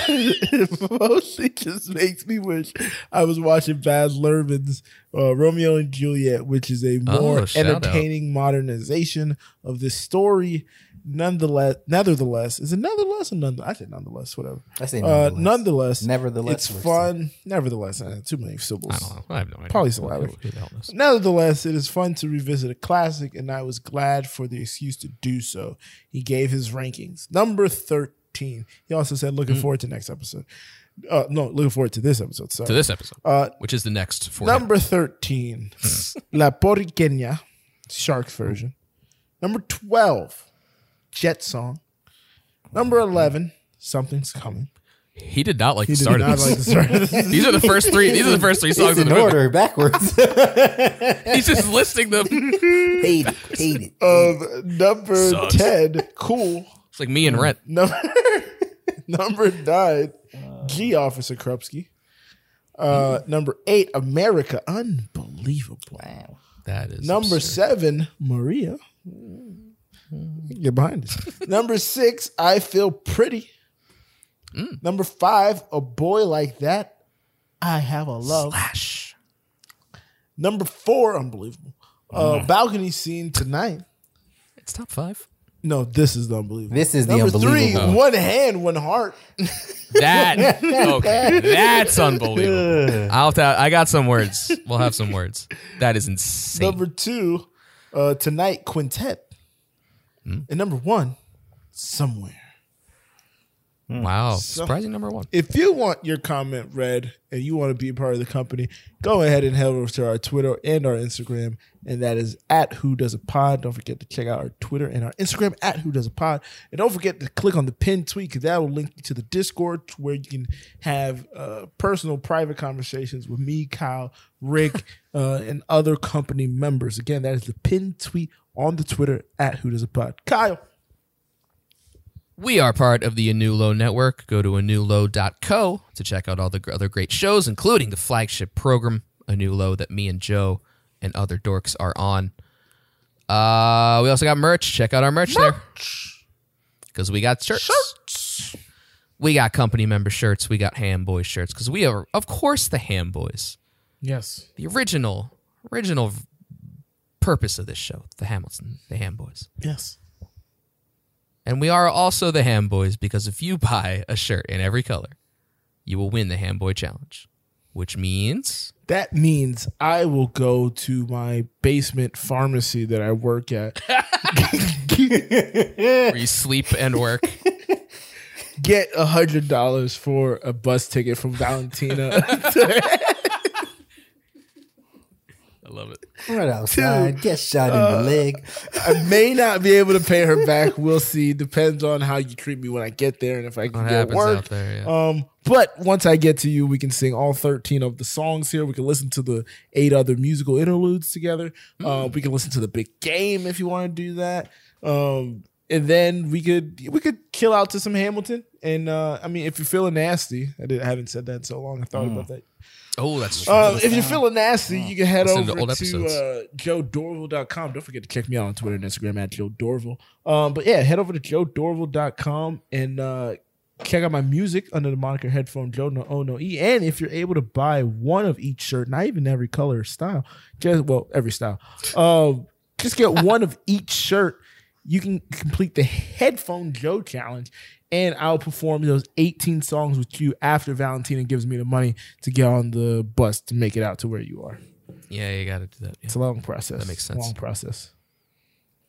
Mostly just makes me wish I was watching Baz Luhrmann's uh, Romeo and Juliet, which is a
Oh,
more
shout out.
entertaining modernization of this story nonetheless, nevertheless, is it nonetheless or nonetheless? I said nonetheless, whatever.
I say
Uh,
nonetheless.
nonetheless,
Nevertheless
it's
works.
fun. Nevertheless, uh, too many syllables.
I don't know. I have no idea.
Probably syllabic.
Who the hell knows?
Nevertheless, it is fun to revisit a classic, and I was glad for the excuse to do so. He gave his rankings number thirteen. He also said, "Looking
Mm.
forward to next episode." Uh, no, looking forward to this episode. Sorry.
To this episode,
Uh,
which is the next four.
Number 13,
Hmm.
La Porriqueña, Sharks version. Number 12, Jet Song. Number
Mm-hmm.
11, Something's Coming.
He did not like
He
the
did
start
not
of
like
this.
the start of this.
these are the first three. These are the first three songs
in
of the
order backwards.
Movie. He's just listing them.
hate it, hate it.
Of number
Sucks.
10, Cool.
It's like me and Rent.
Number, number 9,
Uh,
G Officer Krupski. Uh, number 8, America. Unbelievable.
That is
Number
absurd.
seven, Maria. Get behind us. Number six, I feel pretty.
Mm.
Number five, a boy like that, I have a love. Slash. Number four, unbelievable.
Mm.
Uh, balcony scene tonight.
It's top five.
No, this is the unbelievable.
This is the
Number three,
unbelievable.
one hand, one heart.
That okay. That's unbelievable. I'll ta- I got some words. We'll have some words. That is insane.
Number two, uh, tonight quintet. And number one, somewhere.
wow.
So-
Surprising number one.
If you want your comment read and you want to be a part of the company, go ahead and head over to our Twitter and our Instagram, and that is at Who Does a Pod. Don't forget to check out our Twitter and our Instagram at Who Does a Pod, and don't forget to click on the pinned tweet because that will link you to the Discord where you can have uh, personal, private conversations with me, Kyle, Rick, uh, and other company members. Again, that is the pinned tweet on the Twitter at Who Does a Pod. Kyle,
We are part of the Anulo Network. Go to anulo.co to check out all the gr- other great shows, including the flagship program, Anulo, that me and Joe and other dorks are on. Uh, we also got merch. Check out our merch, there. Because we got shirts. We got company member shirts. We got ham boy shirts. Because we are, of course, the ham boys.
yes,
The original, original v- purpose of this show, the Hamilton, the ham boys.
yes.
And we are also the Ham Boys because if you buy a shirt in every color, you will win the Ham Boy Challenge, which means
That means I will go to my basement pharmacy that I work at,
where you sleep and work.
get a hundred dollars for a bus ticket from Valentina
I love it.
Right outside, get shot in the leg.
I may not be able to pay her back. We'll see. Depends on how you treat me when I get there and if I can
What
get
happens
work.
out there? Yeah.
Um, but once I get to you, we can sing all 13 of the songs here. We can listen to the eight other musical interludes together. Uh, we can listen to the big game if you want to do that. Um, and then we could we could kill out to some Hamilton. And uh, I mean, if you're feeling nasty, I, did, I haven't said that in so long. I thought about that.
oh, that's true.
Uh, if you're feeling nasty, you can head
Listen to
over
old
to,
episodes.
uh, joedorval.com. Don't forget to check me out on Twitter and Instagram at Joe Dorval. Um, but yeah, head over to joedorval.com and uh, check out my music under the moniker Headphone Joe No Oh No E. And if you're able to buy one of each shirt, not even every color or style, just well, every style, um, just get one of each shirt. You can complete the Headphone Joe challenge. And I'll perform those 18 songs with you after Valentina gives me the money to get on the bus to make it out to where you are.
yeah, you got to do that. Yeah.
It's a long process.
That makes sense.
Long process.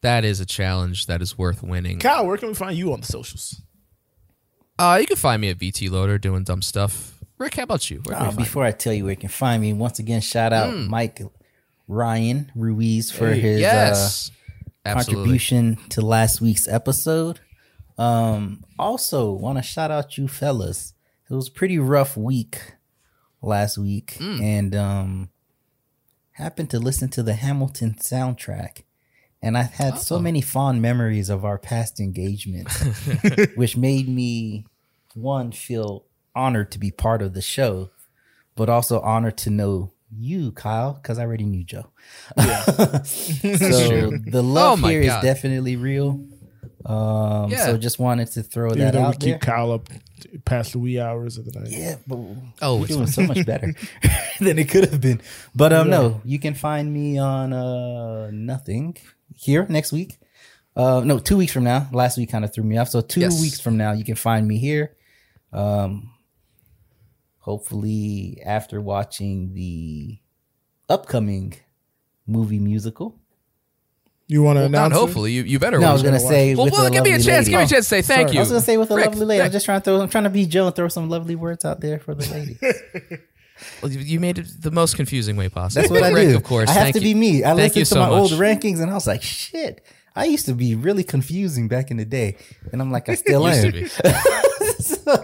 That is a challenge that is worth winning.
Kyle, where can we find you on the socials?
Uh, you can find me at VT Loader doing dumb stuff. Rick, how about you? Where can
Uh,
we find
before I tell you where you can find me, once again, shout out
Hmm.
Mike Ryan Ruiz for
you?
his
yes,
uh,
absolutely.
contribution to last week's episode. Um, also, want to shout out you fellas. It was a pretty rough week last week, and um, happened to listen to the Hamilton soundtrack. And I've had so
Oh.
many fond memories of our past engagements, which made me one feel honored to be part of the show, but also honored to know you, Kyle, because I already knew Joe. so the love
Oh my
here is
God.
definitely real. Um,
Yeah.
So just wanted to throw
Even
that
though we
out
keep
there.
Kyle up past the wee hours of the night.
yeah, but
Oh,
we're
it's
doing so much better than it could have been. But um, no, you can find me on uh nothing here next week. Uh, no, two weeks from now. Last week kind of threw me off. So two
Yes.
weeks from now, you can find me here. Um, hopefully after watching the upcoming movie musical.
You want to
Not
announce? it?
hopefully. You, you better.
No, I was
watch it.
gonna say.
Well,
with
well,
a
give me a chance.
lovely lady.
Give me a chance to say thank you.
I was gonna say with a
Rick,
lovely lady. I'm
thank-
just trying to throw. I'm trying to be Joe and throw some lovely words out there for the lady.
Well, you- you made it the most confusing way possible.
That's what I
Rick,
do.
Of course,
I have
thank
to
you.
be me. I
thank
listened
you
to
so
my
much.
old rankings and I was like, shit. I used to be really confusing back in the day, and I'm like, I still
Used to
am.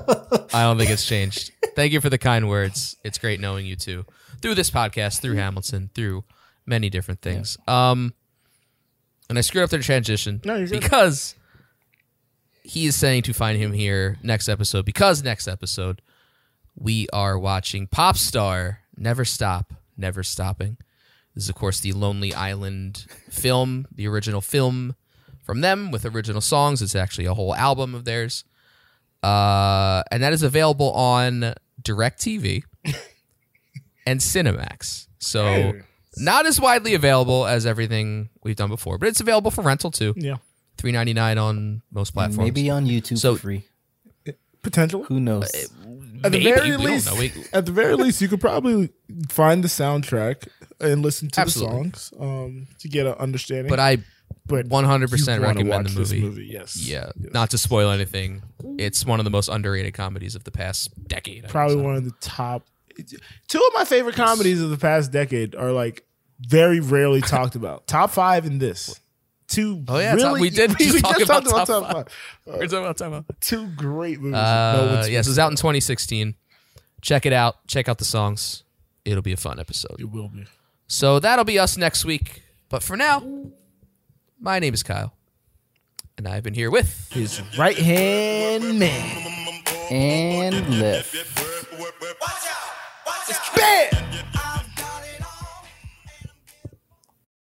be. I don't think it's changed. Thank you for the kind words. It's great knowing you too. Through this podcast, through Hamilton, through many different things. Um and I screwed up their transition
No, you're good.
because he is saying to find him here next episode because next episode we are watching Pop Star Never Stop, Never Stopping. This is of course the Lonely Island film, the original film from them with original songs. It's actually a whole album of theirs. Uh, and that is available on DirecTV and Cinemax. So not as widely available as everything we've done before, but it's available for rental too.
Yeah.
three ninety nine on most platforms.
Maybe on YouTube
So- Uh,
for free.
Potential.
Who knows?
At the
Maybe,
very
we don't
least,
know. We-
at the very least, you could probably find the soundtrack and listen to
Absolutely.
the songs um, to get an understanding.
but I
But
one hundred percent
you wanna
recommend the
watch this
movie.
movie, yes.
Yeah. Not to spoil anything, it's one of the most underrated comedies of the past decade. I
probably
guess.
one of the top. Two of my favorite comedies of the past decade are like very rarely talked about. top five in this. Two.
Oh, yeah, top-
really,
we did just talk about top
five.
We're talking about time out.
Two great movies.
Uh,
one's
yes, it was out in 2016. Check it out. Check out the songs. It'll be a fun episode.
It will be.
So that'll be us next week. But for now, my name is Kyle, and I've been here with
his right hand man
and left.
Bam!